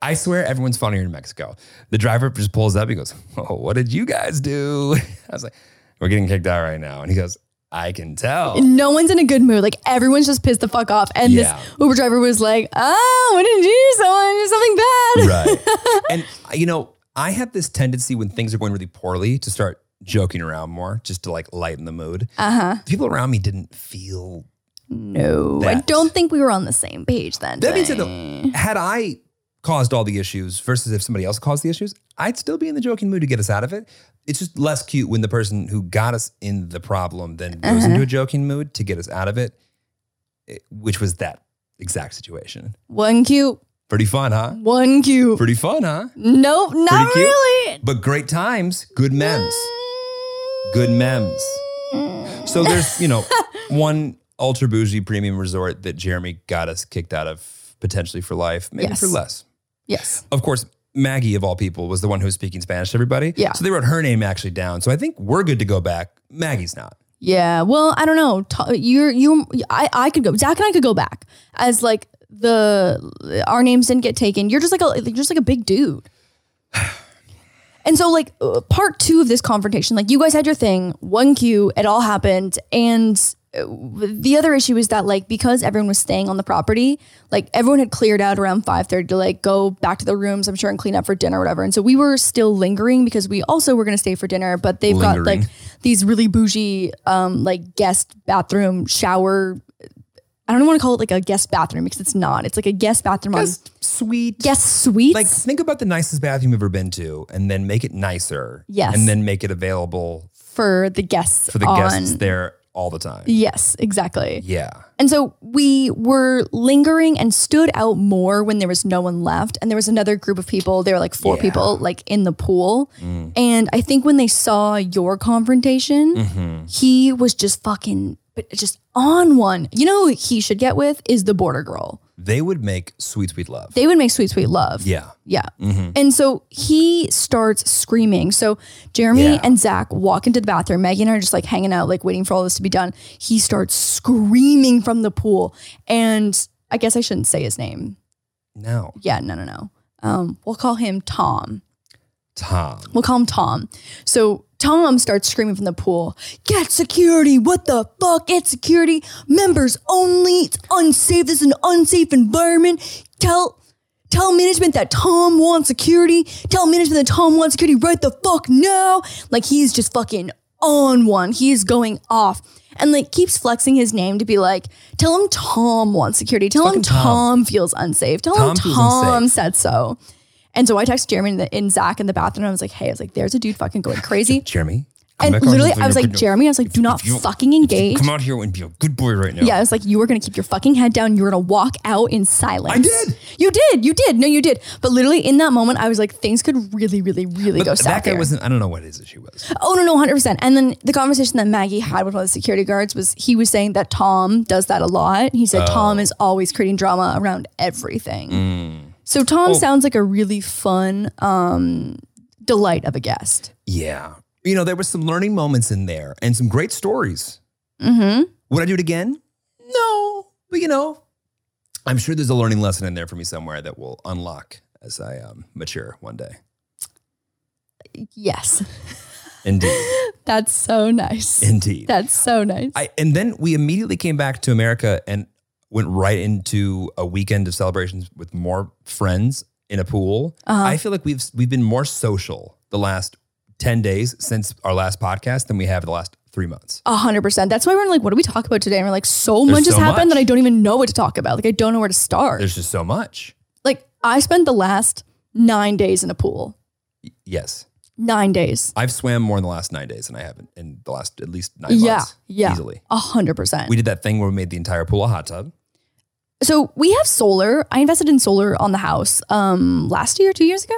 [SPEAKER 1] I swear everyone's funnier in Mexico. The driver just pulls up. He goes, "Oh, what did you guys do?" I was like, "We're getting kicked out right now," and he goes, "I can tell."
[SPEAKER 3] no one's in a good mood. Like everyone's just pissed the fuck off, and
[SPEAKER 1] Yeah.
[SPEAKER 3] this Uber driver was like, "Oh, what did you do? Someone did something bad."
[SPEAKER 1] Right. and uh, you know, I have this tendency when things are going really poorly to start joking around more, just to like lighten the mood.
[SPEAKER 3] Uh huh.
[SPEAKER 1] People around me didn't feel
[SPEAKER 3] No, I
[SPEAKER 1] That.
[SPEAKER 3] don't think we were on the same page then.
[SPEAKER 1] That means that the-
[SPEAKER 3] today.
[SPEAKER 1] had I caused all the issues versus if somebody else caused the issues, I'd still be in the joking mood to get us out of it. It's just less cute when the person who got us in the problem then goes
[SPEAKER 3] Uh-huh.
[SPEAKER 1] into a joking mood to get us out of it, eh, which was that exact situation.
[SPEAKER 3] one cute,
[SPEAKER 1] Pretty fun, huh?
[SPEAKER 3] one cute.
[SPEAKER 1] Pretty fun, huh?
[SPEAKER 3] nope, not
[SPEAKER 1] Pretty cute?
[SPEAKER 3] really.
[SPEAKER 1] But great times, good memes, good memes. So there's, you know, one ultra bougie premium resort that Jeremy got us kicked out of potentially for life, maybe
[SPEAKER 3] Yes.
[SPEAKER 1] for less.
[SPEAKER 3] Yes.
[SPEAKER 1] Of course, Maggie of all people was the one who was speaking Spanish to everybody.
[SPEAKER 3] Yeah.
[SPEAKER 1] So they wrote her name actually down. So I think we're good to go back. Maggie's not.
[SPEAKER 3] Yeah. Well, I don't know. T- You're you. I I could go. Zach and I could go back as like the our names didn't get taken. You're just like a you're just like a big dude. And so, like uh, part two of this confrontation, like you guys had your thing, one cue, it all happened, and uh, the other issue is that like because everyone was staying on the property, like everyone had cleared out around five thirty to like go back to the rooms, I'm sure, and clean up for dinner or whatever. And so we were still lingering because we also were going to stay for dinner, but they've got
[SPEAKER 1] Lingering.
[SPEAKER 3] like these really bougie, um, like guest bathroom shower. I don't want to call it like a guest bathroom because it's not. It's like a guest bathroom on
[SPEAKER 1] Just sweet.
[SPEAKER 3] guest suites.
[SPEAKER 1] Like think about the nicest bathroom you've ever been to and then make it nicer.
[SPEAKER 3] Yes.
[SPEAKER 1] And then make it available
[SPEAKER 3] for the guests
[SPEAKER 1] for the
[SPEAKER 3] on,
[SPEAKER 1] guests there all the time.
[SPEAKER 3] Yes, exactly.
[SPEAKER 1] Yeah.
[SPEAKER 3] And so we were lingering and stood out more when there was no one left. And there was another group of people, there were like four
[SPEAKER 1] Yeah.
[SPEAKER 3] people like in the pool.
[SPEAKER 1] Mm.
[SPEAKER 3] And I think when they saw your confrontation,
[SPEAKER 1] Mhm.
[SPEAKER 3] he was just fucking but just on one. You know who he should get with is the border girl.
[SPEAKER 1] They would make sweet, sweet love.
[SPEAKER 3] They would make sweet, sweet love.
[SPEAKER 1] yeah.
[SPEAKER 3] Yeah.
[SPEAKER 1] hmm
[SPEAKER 3] And so he starts screaming. So Jeremy
[SPEAKER 1] Yeah.
[SPEAKER 3] and Zach walk into the bathroom. Maggie and I are just like hanging out, like waiting for all this to be done. He starts screaming from the pool. And I guess I shouldn't say his name.
[SPEAKER 1] Now,
[SPEAKER 3] Yeah, no, no, no. Um, we'll call him Tom.
[SPEAKER 1] Tom.
[SPEAKER 3] We'll call him Tom. So Tom starts screaming from the pool, Get security. What the fuck? Get security. Members only. It's unsafe. This is an unsafe environment. Tell tell management that Tom wants security. Tell management that Tom wants security right the fuck now. Like he's just fucking on one. He is going off. And like keeps flexing his name to be like, tell him Tom wants security. Tell him
[SPEAKER 1] fucking Tom.
[SPEAKER 3] Tom. feels unsafe. Tell
[SPEAKER 1] Tom
[SPEAKER 3] him
[SPEAKER 1] feels
[SPEAKER 3] Tom
[SPEAKER 1] unsafe.
[SPEAKER 3] said so. And so I texted Jeremy in, the, in Zach in the bathroom. I was like, hey, I was like, there's a dude fucking going crazy.
[SPEAKER 1] Jeremy, Come
[SPEAKER 3] and
[SPEAKER 1] back on
[SPEAKER 3] literally,
[SPEAKER 1] here,
[SPEAKER 3] I was
[SPEAKER 1] you're
[SPEAKER 3] like,
[SPEAKER 1] good-
[SPEAKER 3] Jeremy, I was like, do not
[SPEAKER 1] if you-
[SPEAKER 3] fucking
[SPEAKER 1] if you
[SPEAKER 3] engage.
[SPEAKER 1] Come out here and be a good boy right now.
[SPEAKER 3] Yeah, it's like you were gonna keep your fucking head down. You were gonna walk out in silence.
[SPEAKER 1] I did.
[SPEAKER 3] You did. You did. No, you did. But literally in that moment, I was like, things could really, really, really
[SPEAKER 1] But
[SPEAKER 3] go
[SPEAKER 1] that
[SPEAKER 3] south.
[SPEAKER 1] guy
[SPEAKER 3] here.
[SPEAKER 1] wasn't. I don't know what his issue was.
[SPEAKER 3] Oh no, no, hundred percent. And then the conversation that Maggie had with one of the security guards was he was saying that Tom does that a lot. He said
[SPEAKER 1] Oh.
[SPEAKER 3] Tom is always creating drama around everything.
[SPEAKER 1] Mm.
[SPEAKER 3] So
[SPEAKER 1] Oh.
[SPEAKER 3] Tom sounds like a really fun um, delight of a guest.
[SPEAKER 1] Yeah, you know, there was some learning moments in there and some great stories.
[SPEAKER 3] Mm-hmm.
[SPEAKER 1] Would I do it again? No, but you know, I'm sure there's a learning lesson in there for me somewhere that will unlock as I um, mature one day.
[SPEAKER 3] Yes,
[SPEAKER 1] Indeed,
[SPEAKER 3] that's so nice.
[SPEAKER 1] indeed.
[SPEAKER 3] That's so nice.
[SPEAKER 1] I and then we immediately came back to America and went right into a weekend of celebrations with more friends in a pool.
[SPEAKER 3] Uh-huh.
[SPEAKER 1] I feel like we've we've been more social the last 10 days since our last podcast than we have the last 3 months.
[SPEAKER 3] A hundred percent. That's why we're like, what do we talk about today? And we're like, so
[SPEAKER 1] There's
[SPEAKER 3] much has
[SPEAKER 1] so
[SPEAKER 3] happened that
[SPEAKER 1] much.
[SPEAKER 3] I don't even know what to talk about. Like, I don't know where to start.
[SPEAKER 1] There's just so much.
[SPEAKER 3] like, I spent the last nine days in a pool.
[SPEAKER 1] Y- Yes.
[SPEAKER 3] Nine days.
[SPEAKER 1] I've swam more in the last 9 days than I have in, in the last at least 9
[SPEAKER 3] Yeah,
[SPEAKER 1] months.
[SPEAKER 3] yeah.
[SPEAKER 1] Easily.
[SPEAKER 3] A hundred percent.
[SPEAKER 1] We did that thing where we made the entire pool a hot tub.
[SPEAKER 3] So we have solar. I invested in solar on the house um last year, two years ago.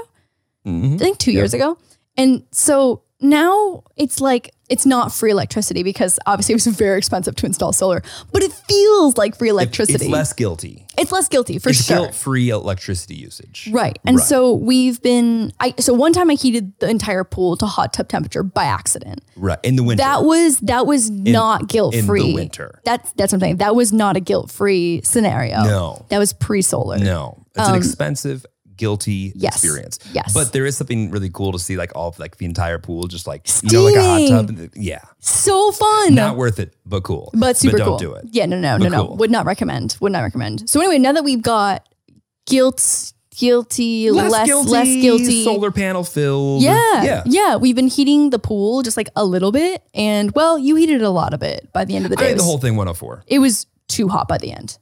[SPEAKER 3] I
[SPEAKER 1] Mhm.
[SPEAKER 3] think two years ago. And so now it's like it's not free electricity because obviously it was very expensive to install solar, but it feels like free electricity.
[SPEAKER 1] It's less guilty.
[SPEAKER 3] It's less guilty for
[SPEAKER 1] it's
[SPEAKER 3] sure.
[SPEAKER 1] guilt-free electricity usage.
[SPEAKER 3] Right. And
[SPEAKER 1] Right.
[SPEAKER 3] so we've been I so one time I heated the entire pool to hot tub temperature by accident.
[SPEAKER 1] Right. In the winter.
[SPEAKER 3] That was that was not guilt free.
[SPEAKER 1] winter.
[SPEAKER 3] That's that's what I'm saying. That was not a guilt free scenario.
[SPEAKER 1] No.
[SPEAKER 3] That was pre solar.
[SPEAKER 1] No, it's an expensive, guilty
[SPEAKER 3] Um, Yes.
[SPEAKER 1] experience.
[SPEAKER 3] Yes.
[SPEAKER 1] but there is something really cool to see, like all of, like the entire pool, just like you know, like a hot tub. Yeah,
[SPEAKER 3] So fun.
[SPEAKER 1] not worth it, but cool.
[SPEAKER 3] but super
[SPEAKER 1] don't
[SPEAKER 3] cool.
[SPEAKER 1] do it.
[SPEAKER 3] Yeah, no, no,
[SPEAKER 1] But
[SPEAKER 3] no, no.
[SPEAKER 1] cool.
[SPEAKER 3] Would not recommend. Would not recommend. So anyway, now that we've got guilt, guilty, less, less guilty,
[SPEAKER 1] Solar panel filled.
[SPEAKER 3] Yeah,
[SPEAKER 1] yeah.
[SPEAKER 3] yeah, We've been heating the pool just like a little bit, and well, you heated a lot of it by the end of the
[SPEAKER 1] I
[SPEAKER 3] day. it,
[SPEAKER 1] had the
[SPEAKER 3] was,
[SPEAKER 1] whole thing 104.
[SPEAKER 3] it was too hot by the end.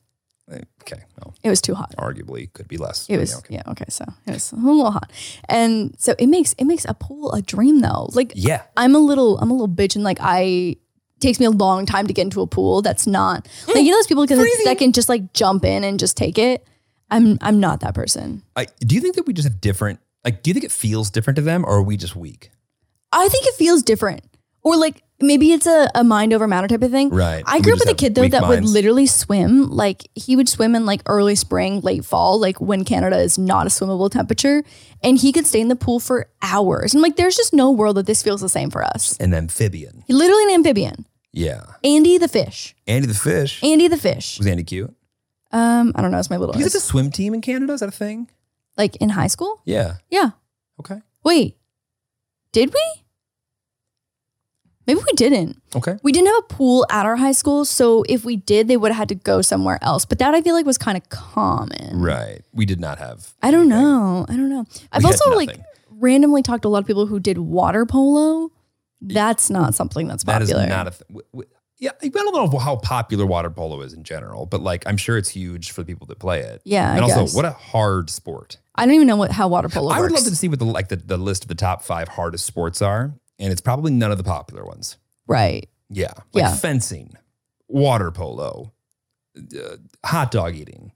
[SPEAKER 1] Okay, well,
[SPEAKER 3] It was too hot.
[SPEAKER 1] arguably could be less.
[SPEAKER 3] It
[SPEAKER 1] but
[SPEAKER 3] was
[SPEAKER 1] yeah, okay.
[SPEAKER 3] yeah okay. So it was a little hot, and so it makes it makes a pool a dream though. Like
[SPEAKER 1] yeah.
[SPEAKER 3] I'm a little I'm a little bitch and like I takes me a long time to get into a pool that's not like you know those people 'cause it's- that can just like jump in and just take it. I'm I'm not that person.
[SPEAKER 1] I, do you think that we just have different? Like, do you think it feels different to them, or are we just weak?
[SPEAKER 3] I think it feels different. Or like maybe it's a, a mind over matter type of thing.
[SPEAKER 1] Right.
[SPEAKER 3] I
[SPEAKER 1] We
[SPEAKER 3] grew up
[SPEAKER 1] just
[SPEAKER 3] with a
[SPEAKER 1] have
[SPEAKER 3] kid though
[SPEAKER 1] weak
[SPEAKER 3] that would
[SPEAKER 1] minds.
[SPEAKER 3] literally swim. Like he would swim in like early spring, late fall, like when Canada is not a swimmable temperature. And he could stay in the pool for hours. And like there's just no world that this feels the same for us.
[SPEAKER 1] An amphibian.
[SPEAKER 3] Literally an amphibian.
[SPEAKER 1] Yeah.
[SPEAKER 3] Andy the fish.
[SPEAKER 1] Andy the fish.
[SPEAKER 3] Andy the fish.
[SPEAKER 1] was Andy cute?
[SPEAKER 3] Um, I don't know. It's my little
[SPEAKER 1] Do you guys have
[SPEAKER 3] eyes.
[SPEAKER 1] a swim team in Canada? Is that a thing?
[SPEAKER 3] like in high school.
[SPEAKER 1] Yeah.
[SPEAKER 3] Yeah.
[SPEAKER 1] Okay.
[SPEAKER 3] Wait, did we? Maybe we didn't.
[SPEAKER 1] Okay.
[SPEAKER 3] We didn't have a pool at our high school, so if we did, they would have had to go somewhere else. But that I feel like was kind of common.
[SPEAKER 1] Right. We did not have.
[SPEAKER 3] I don't
[SPEAKER 1] anything.
[SPEAKER 3] know. I don't know. I've
[SPEAKER 1] had
[SPEAKER 3] also like
[SPEAKER 1] nothing.
[SPEAKER 3] randomly talked to a lot of people who did water polo. That's not something that's
[SPEAKER 1] That is
[SPEAKER 3] popular.
[SPEAKER 1] not a. Th- w- w- yeah, I don't know how popular water polo is in general, but like I'm sure it's huge for the people that play it.
[SPEAKER 3] yeah, I
[SPEAKER 1] and also,
[SPEAKER 3] guess.
[SPEAKER 1] what a hard sport!
[SPEAKER 3] I don't even know what how water polo
[SPEAKER 1] I would love
[SPEAKER 3] works.
[SPEAKER 1] to see what the like the, the list of the top five hardest sports are, and it's probably none of the popular ones.
[SPEAKER 3] right.
[SPEAKER 1] Yeah, like
[SPEAKER 3] Yeah.
[SPEAKER 1] fencing, water polo, uh, hot dog eating.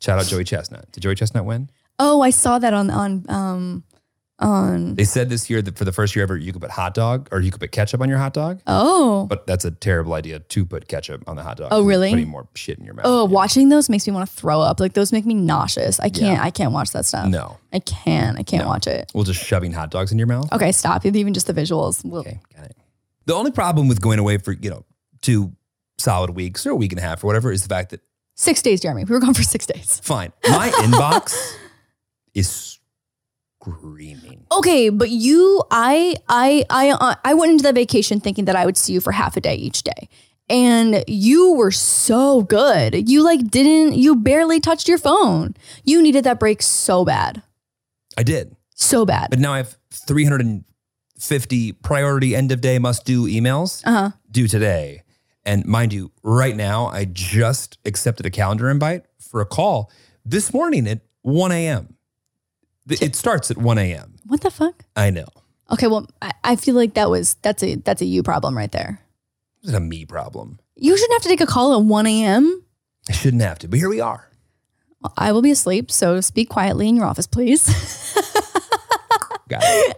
[SPEAKER 1] Shout out Joey Chestnut. Did Joey Chestnut win?
[SPEAKER 3] Oh, I saw that on on um on
[SPEAKER 1] They said this year that for the first year ever, you could put hot dog or you could put ketchup on your hot dog.
[SPEAKER 3] Oh.
[SPEAKER 1] But that's a terrible idea to put ketchup on the hot dog.
[SPEAKER 3] Oh,
[SPEAKER 1] You're
[SPEAKER 3] really?
[SPEAKER 1] Putting more shit in your mouth.
[SPEAKER 3] Oh,
[SPEAKER 1] Yeah.
[SPEAKER 3] watching those makes me want to throw up. Like those make me nauseous. I can't. I can't watch that stuff.
[SPEAKER 1] No,
[SPEAKER 3] I can't. I can't watch it.
[SPEAKER 1] well, just shoving hot dogs in your mouth.
[SPEAKER 3] Okay, stop. Even just the visuals. Well,
[SPEAKER 1] Okay, got it. The only problem with going away for you know two solid weeks or a week and a half or whatever is the fact that
[SPEAKER 3] Six days, Jeremy. We were gone for six days.
[SPEAKER 1] fine, my inbox is screaming.
[SPEAKER 3] Okay, but you, I, I, I, uh, I went into that vacation thinking that I would see you for half a day each day, and you were so good. You like didn't. You barely touched your phone. You needed that break so bad,
[SPEAKER 1] I did,
[SPEAKER 3] so bad.
[SPEAKER 1] but now I have three hundred and fifty priority end of day must do emails.
[SPEAKER 3] Uh huh.
[SPEAKER 1] due today. And mind you, right now, I just accepted a calendar invite for a call this morning at 1 a.m. Th- It starts at 1 a.m.
[SPEAKER 3] What the fuck?
[SPEAKER 1] I know.
[SPEAKER 3] Okay, well, I, I feel like that was that's a that's a you problem right there.
[SPEAKER 1] It's a me problem.
[SPEAKER 3] You shouldn't have to take a call at one a.m.
[SPEAKER 1] I shouldn't have to, but here we are.
[SPEAKER 3] I will be asleep, so speak quietly in your office, please.
[SPEAKER 1] Got it.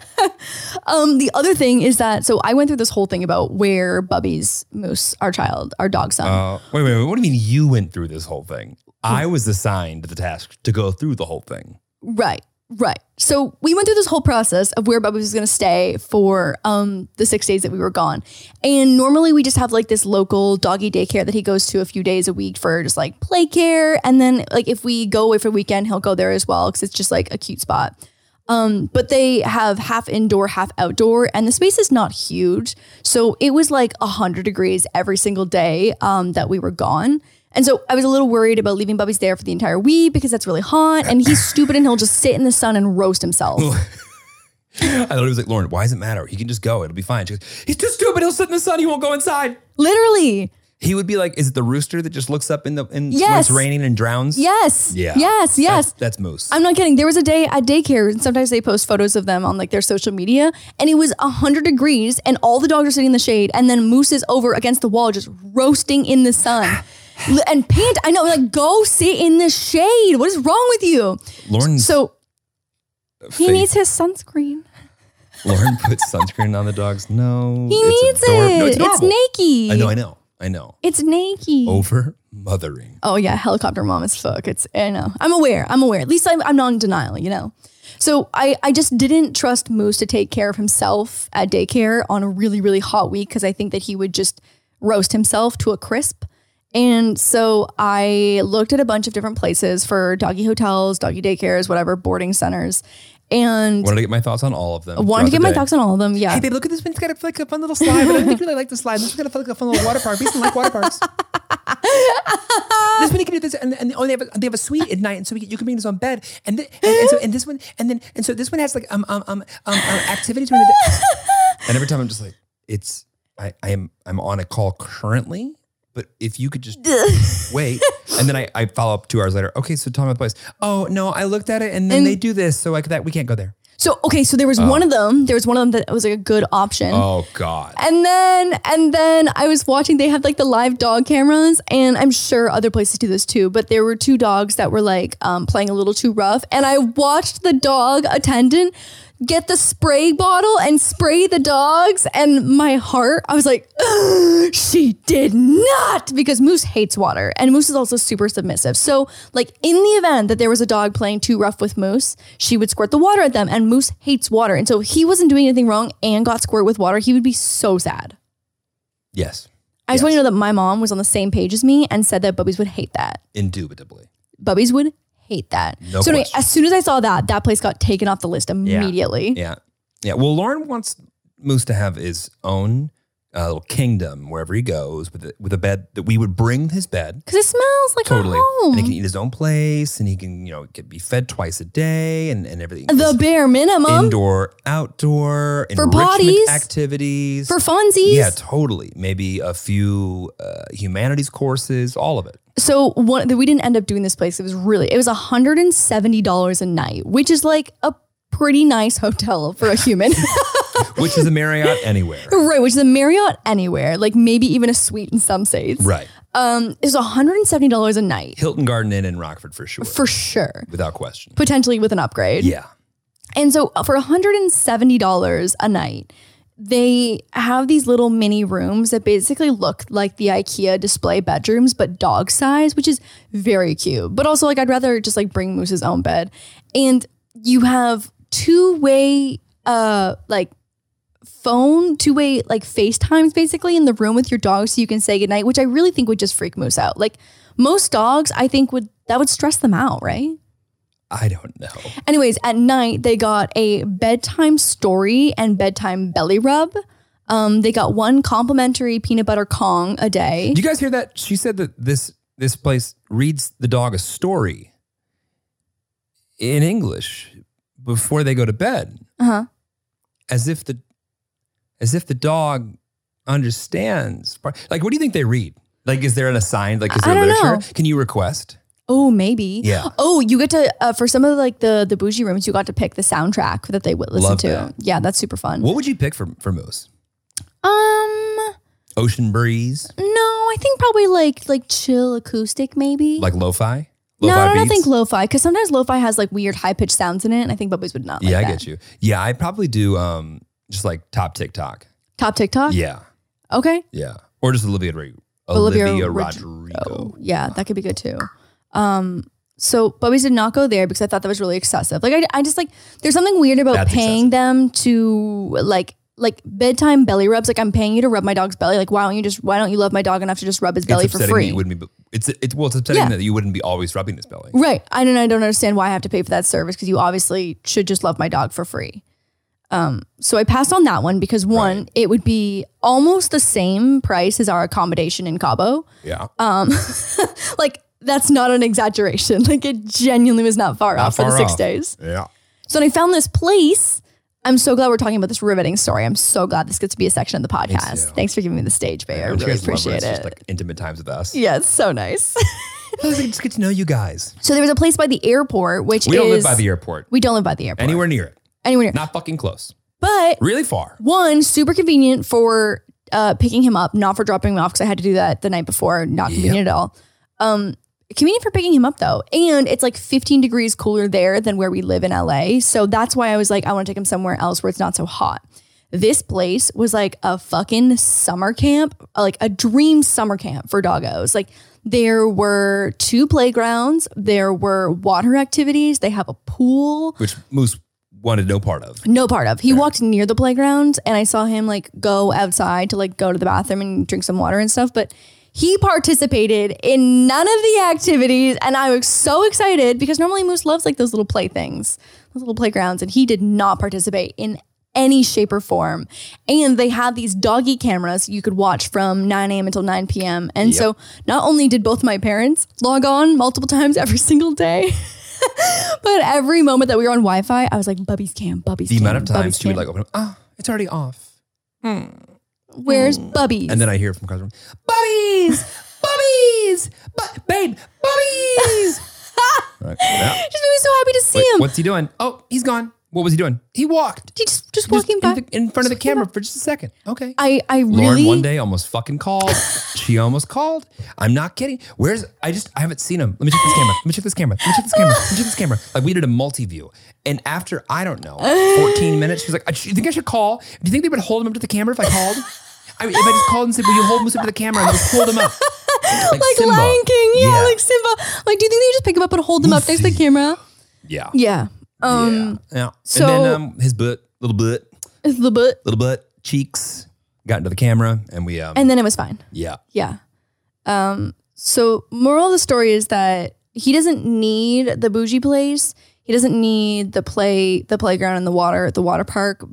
[SPEAKER 3] um, the other thing is that so I went through this whole thing about where Bubby's moose, our child, our dog son.
[SPEAKER 1] Uh, wait, wait, wait. What do you mean you went through this whole thing? I was assigned the task to go through the whole thing.
[SPEAKER 3] Right, right. So we went through this whole process of where Bubba was going to stay for um, the six days that we were gone. And normally we just have like this local doggy daycare that he goes to a few days a week for just like play care. And then like if we go away for the weekend, he'll go there as well because it's just like a cute spot. Um, but they have half indoor, half outdoor, and the space is not huge. So it was like 100 degrees every single day um, that we were gone. And so I was a little worried about leaving Bubby's there for the entire week because that's really hot and he's stupid and he'll just sit in the sun and roast himself.
[SPEAKER 1] I thought he was like, Lauren, why does it matter? He can just go. It'll be fine. She goes, He's too stupid. He'll sit in the sun. He won't go inside.
[SPEAKER 3] Literally.
[SPEAKER 1] He would be like, is it the rooster that just looks up in the in when
[SPEAKER 3] Yes.
[SPEAKER 1] it's raining and drowns?
[SPEAKER 3] Yes.
[SPEAKER 1] Yeah.
[SPEAKER 3] Yes. Yes.
[SPEAKER 1] That's, that's moose.
[SPEAKER 3] I'm not kidding. There was a day at daycare, and sometimes they post photos of them on like their social media, and it was 100 degrees, and all the dogs are sitting in the shade, and then Moose is over against the wall, just roasting in the sun. L- and pant, I know, like, go sit in the shade. What is wrong with you?
[SPEAKER 1] Lauren's
[SPEAKER 3] So he
[SPEAKER 1] face-
[SPEAKER 3] needs his sunscreen.
[SPEAKER 1] Lauren puts sunscreen on the dog's nose.
[SPEAKER 3] He
[SPEAKER 1] It's
[SPEAKER 3] needs
[SPEAKER 1] adorable.
[SPEAKER 3] it.
[SPEAKER 1] No,
[SPEAKER 3] it's
[SPEAKER 1] adorable.
[SPEAKER 3] naked.
[SPEAKER 1] I Oh, know, I know, I know.
[SPEAKER 3] It's naked.
[SPEAKER 1] Over mothering.
[SPEAKER 3] oh yeah, helicopter mom is fuck. It's I know. I'm aware. I'm aware. At least I'm, I'm not in denial, you know. So I, I just didn't trust Moose to take care of himself at daycare on a really, really hot week because I think that he would just roast himself to a crisp. And so I looked at a bunch of different places for doggy hotels, doggy daycares, whatever, boarding centers. And
[SPEAKER 1] Wanted to get my thoughts on all of them. throughout
[SPEAKER 3] wanted to get
[SPEAKER 1] the
[SPEAKER 3] my
[SPEAKER 1] day.
[SPEAKER 3] thoughts on all of them. Yeah.
[SPEAKER 1] Hey, babe, look at this one. It's got a, like a fun little slide. But I think you really like the slide. This one's got a, like, a fun little water park. We used to like water parks. this one you can do this, and, and oh, they have a, they have a suite at night, and so we, can- you can bring this on bed, and, th- and, and so and this one, and then and so this one has like um um um um, um activities during the day. And every time I'm just like, it's I I am I'm on a call currently, but if you could just wait, and then I, I follow up two hours later. Okay, so tell me about the place. Oh no, I looked at it, and then
[SPEAKER 3] And-
[SPEAKER 1] they do this, so like that we can't go there.
[SPEAKER 3] So okay, so there was one of them. There was one of them that was like a good option.
[SPEAKER 1] Oh God.
[SPEAKER 3] And then and then I was watching they had like the live dog cameras and I'm sure other places do this too, but there were two dogs that were like um, playing a little too rough and I watched the dog attendant get the spray bottle and spray the dogs and my heart I was like she did not because Moose hates water and Moose is also super submissive. So like in the event that there was a dog playing too rough with Moose, she would squirt the water at them and Moose hates water. And so if he wasn't doing anything wrong and got squirted with water, he would be so sad.
[SPEAKER 1] Yes,
[SPEAKER 3] I just want you to know that my mom was on the same page as me and said that Bubbies would hate that.
[SPEAKER 1] indubitably.
[SPEAKER 3] Bubbies would hate that.
[SPEAKER 1] No
[SPEAKER 3] so anyway,
[SPEAKER 1] question.
[SPEAKER 3] as soon as I saw that, that place got taken off the list immediately.
[SPEAKER 1] Yeah. Yeah. Well, Lauren wants Moose to have his own uh, little kingdom wherever he goes with a, with a bed that we would bring his bed.
[SPEAKER 3] Cause it smells like
[SPEAKER 1] Totally.
[SPEAKER 3] a home.
[SPEAKER 1] And he can eat his own place and he can, you know, get, be fed twice a day and, and everything.
[SPEAKER 3] the
[SPEAKER 1] Just
[SPEAKER 3] bare minimum
[SPEAKER 1] Indoor, outdoor,
[SPEAKER 3] For
[SPEAKER 1] enrichment
[SPEAKER 3] potties?
[SPEAKER 1] activities.
[SPEAKER 3] for funsies.
[SPEAKER 1] yeah, totally. Maybe a few uh, humanities courses, all of it.
[SPEAKER 3] so one that we didn't end up doing this place. It was really it was hundred and seventy dollars a night, which is like a pretty nice hotel for a human,
[SPEAKER 1] Which is a Marriott anywhere.
[SPEAKER 3] right? Which is a Marriott anywhere, like maybe even a suite in some states.
[SPEAKER 1] right.
[SPEAKER 3] Um, it was hundred and seventy dollars a night
[SPEAKER 1] Hilton Garden Inn in Rockford for sure.
[SPEAKER 3] for sure,
[SPEAKER 1] without question.
[SPEAKER 3] potentially with an upgrade.
[SPEAKER 1] Yeah.
[SPEAKER 3] And so uh, for $170 a night, they have these little mini rooms that basically look like the IKEA display bedrooms, but dog size, which is very cute. But also, like, I'd rather just like bring Moose's own bed. And you have two way, uh, like phone, two way, like FaceTimes basically in the room with your dog so you can say goodnight, which I really think would just freak Moose out. Like, most dogs, I think would that would stress them out, right?
[SPEAKER 1] I don't know.
[SPEAKER 3] Anyways, at night they got a bedtime story and bedtime belly rub. Um, they got one complimentary peanut butter Kong a day.
[SPEAKER 1] Do you guys hear that? She said that this this place reads the dog a story in English before they go to bed,
[SPEAKER 3] Uh huh.
[SPEAKER 1] as if the as if the dog understands. Like, what do you think they read? Like, is there an assigned? Like, is
[SPEAKER 3] I
[SPEAKER 1] there
[SPEAKER 3] don't
[SPEAKER 1] literature?
[SPEAKER 3] know.
[SPEAKER 1] Can you request?
[SPEAKER 3] Oh, maybe.
[SPEAKER 1] Yeah.
[SPEAKER 3] Oh, you get to uh, for some of like the the bougie rooms, you got to pick the soundtrack that they would listen
[SPEAKER 1] Love
[SPEAKER 3] to.
[SPEAKER 1] that.
[SPEAKER 3] Yeah, that's super fun.
[SPEAKER 1] What would you pick for for most?
[SPEAKER 3] Um,
[SPEAKER 1] Ocean breeze,
[SPEAKER 3] no, I think probably like like chill acoustic, maybe.
[SPEAKER 1] like lo-fi.
[SPEAKER 3] no,
[SPEAKER 1] Lo-fi
[SPEAKER 3] I don't
[SPEAKER 1] beats?
[SPEAKER 3] think lo-fi because sometimes lo-fi has like weird high pitched sounds in it, and I think Bubba's would not. Like
[SPEAKER 1] yeah, I
[SPEAKER 3] that.
[SPEAKER 1] get you. Yeah, I probably do. Um, just like top TikTok.
[SPEAKER 3] Top TikTok.
[SPEAKER 1] Yeah,
[SPEAKER 3] Okay.
[SPEAKER 1] yeah, or just Olivia Rodrigo.
[SPEAKER 3] Olivia
[SPEAKER 1] Olivia,
[SPEAKER 3] Rodri-
[SPEAKER 1] Rodrigo.
[SPEAKER 3] Oh, yeah, that could be good too. Um, so Bubby's did not go there because I thought that was really excessive. Like I, I just like there's something weird about
[SPEAKER 1] That's
[SPEAKER 3] paying them to like like bedtime belly rubs. Like I'm paying you to rub my dog's belly. Like why don't you just why don't you love my dog enough to just rub his belly
[SPEAKER 1] it's
[SPEAKER 3] for
[SPEAKER 1] upsetting that
[SPEAKER 3] free?
[SPEAKER 1] You wouldn't be. It's it's well, it's upsetting
[SPEAKER 3] Yeah.
[SPEAKER 1] that you wouldn't be always rubbing this belly.
[SPEAKER 3] right. I don't I don't understand why I have to pay for that service because you obviously should just love my dog for free. Um, so I passed on that one because one,
[SPEAKER 1] Right.
[SPEAKER 3] it would be almost the same price as our accommodation in Cabo.
[SPEAKER 1] Yeah,
[SPEAKER 3] Um, like that's not an exaggeration. Like it genuinely was not far
[SPEAKER 1] Not
[SPEAKER 3] off for the
[SPEAKER 1] far
[SPEAKER 3] six
[SPEAKER 1] off.
[SPEAKER 3] days.
[SPEAKER 1] yeah.
[SPEAKER 3] So then I found this place. I'm so glad we're talking about this riveting story. I'm so glad this gets to be a section of the podcast.
[SPEAKER 1] too.
[SPEAKER 3] Thanks for giving me the stage, Bay. I
[SPEAKER 1] Don't you
[SPEAKER 3] really
[SPEAKER 1] guys love when
[SPEAKER 3] appreciate
[SPEAKER 1] It's
[SPEAKER 3] it.
[SPEAKER 1] just like intimate times with us.
[SPEAKER 3] yeah, it's so nice.
[SPEAKER 1] I was like, just get to know you guys.
[SPEAKER 3] so there was a place by the airport, which
[SPEAKER 1] We
[SPEAKER 3] is
[SPEAKER 1] don't live by the airport.
[SPEAKER 3] we don't live by the airport
[SPEAKER 1] Anywhere near it.
[SPEAKER 3] anywhere near.
[SPEAKER 1] Not fucking close.
[SPEAKER 3] But
[SPEAKER 1] Really far.
[SPEAKER 3] one super convenient for uh, picking him up, not for dropping him off because I had to do that the night before. Not
[SPEAKER 1] Yep.
[SPEAKER 3] convenient at all. Um, convenient for picking him up though, and it's like 15 degrees cooler there than where we live in LA. So that's why I was like, I want to take him somewhere else where it's not so hot. This place was like a fucking summer camp, like a dream summer camp for doggos. Like there were two playgrounds, there were water activities, they have a pool
[SPEAKER 1] Which Moose wanted no part of.
[SPEAKER 3] no part of. He walked near the playground and I saw him like go outside to like go to the bathroom and drink some water and stuff, but he participated in none of the activities and I was so excited because normally Moose loves like those little play things, those little playgrounds and he did not participate in any shape or form. And they had these doggy cameras you could watch from 9 a.m. until 9 p.m. And so not only did both my parents log on multiple times every single day, but every moment that we were on Wi Fi, I was like, Bubby's cam, Bubby's
[SPEAKER 1] The
[SPEAKER 3] cam.
[SPEAKER 1] amount of times
[SPEAKER 3] Bubby's
[SPEAKER 1] she would
[SPEAKER 3] cam.
[SPEAKER 1] like open up, ah, it's already off.
[SPEAKER 3] Where's Bubby?
[SPEAKER 1] And then I hear from across the room, Bubbies, Bubbies, bu- babe, Bubbies. Like, yeah.
[SPEAKER 3] just made me so happy to see
[SPEAKER 1] Wait,
[SPEAKER 3] him.
[SPEAKER 1] what's he doing? Oh, he's gone. What was he doing? He walked.
[SPEAKER 3] He just just
[SPEAKER 1] Just
[SPEAKER 3] walking by.
[SPEAKER 1] in, the- in front of the camera for just a second. Okay.
[SPEAKER 3] I I
[SPEAKER 1] Lauren
[SPEAKER 3] really
[SPEAKER 1] one day almost fucking called. she almost called. I'm not kidding. Where's I just I haven't seen him. Let me check this camera. Let me check this camera. Let me check this camera. Let me check this camera. Like we did a multi view, and after I don't know 14 minutes, she's like, "I- "Do you think I should call? Do you think they would hold him up to the camera if I called? I mean, if I just called and said, "Will you hold Moose up to the camera?" and I just hold him up, like,
[SPEAKER 3] like
[SPEAKER 1] Simba.
[SPEAKER 3] Lion King. Yeah,
[SPEAKER 1] yeah,
[SPEAKER 3] like Simba. Like, do you think they just pick him up and hold him up next to the camera?
[SPEAKER 1] yeah, yeah.
[SPEAKER 3] Yeah. Um,
[SPEAKER 1] Yeah.
[SPEAKER 3] so-
[SPEAKER 1] and then um, his butt, little butt,
[SPEAKER 3] it's the butt,
[SPEAKER 1] little butt, cheeks got into the camera, and we um,
[SPEAKER 3] and then it was fine.
[SPEAKER 1] yeah,
[SPEAKER 3] Yeah. Um, so moral of the story is that he doesn't need the bougie place. He doesn't need the play, the playground and the water, the water park.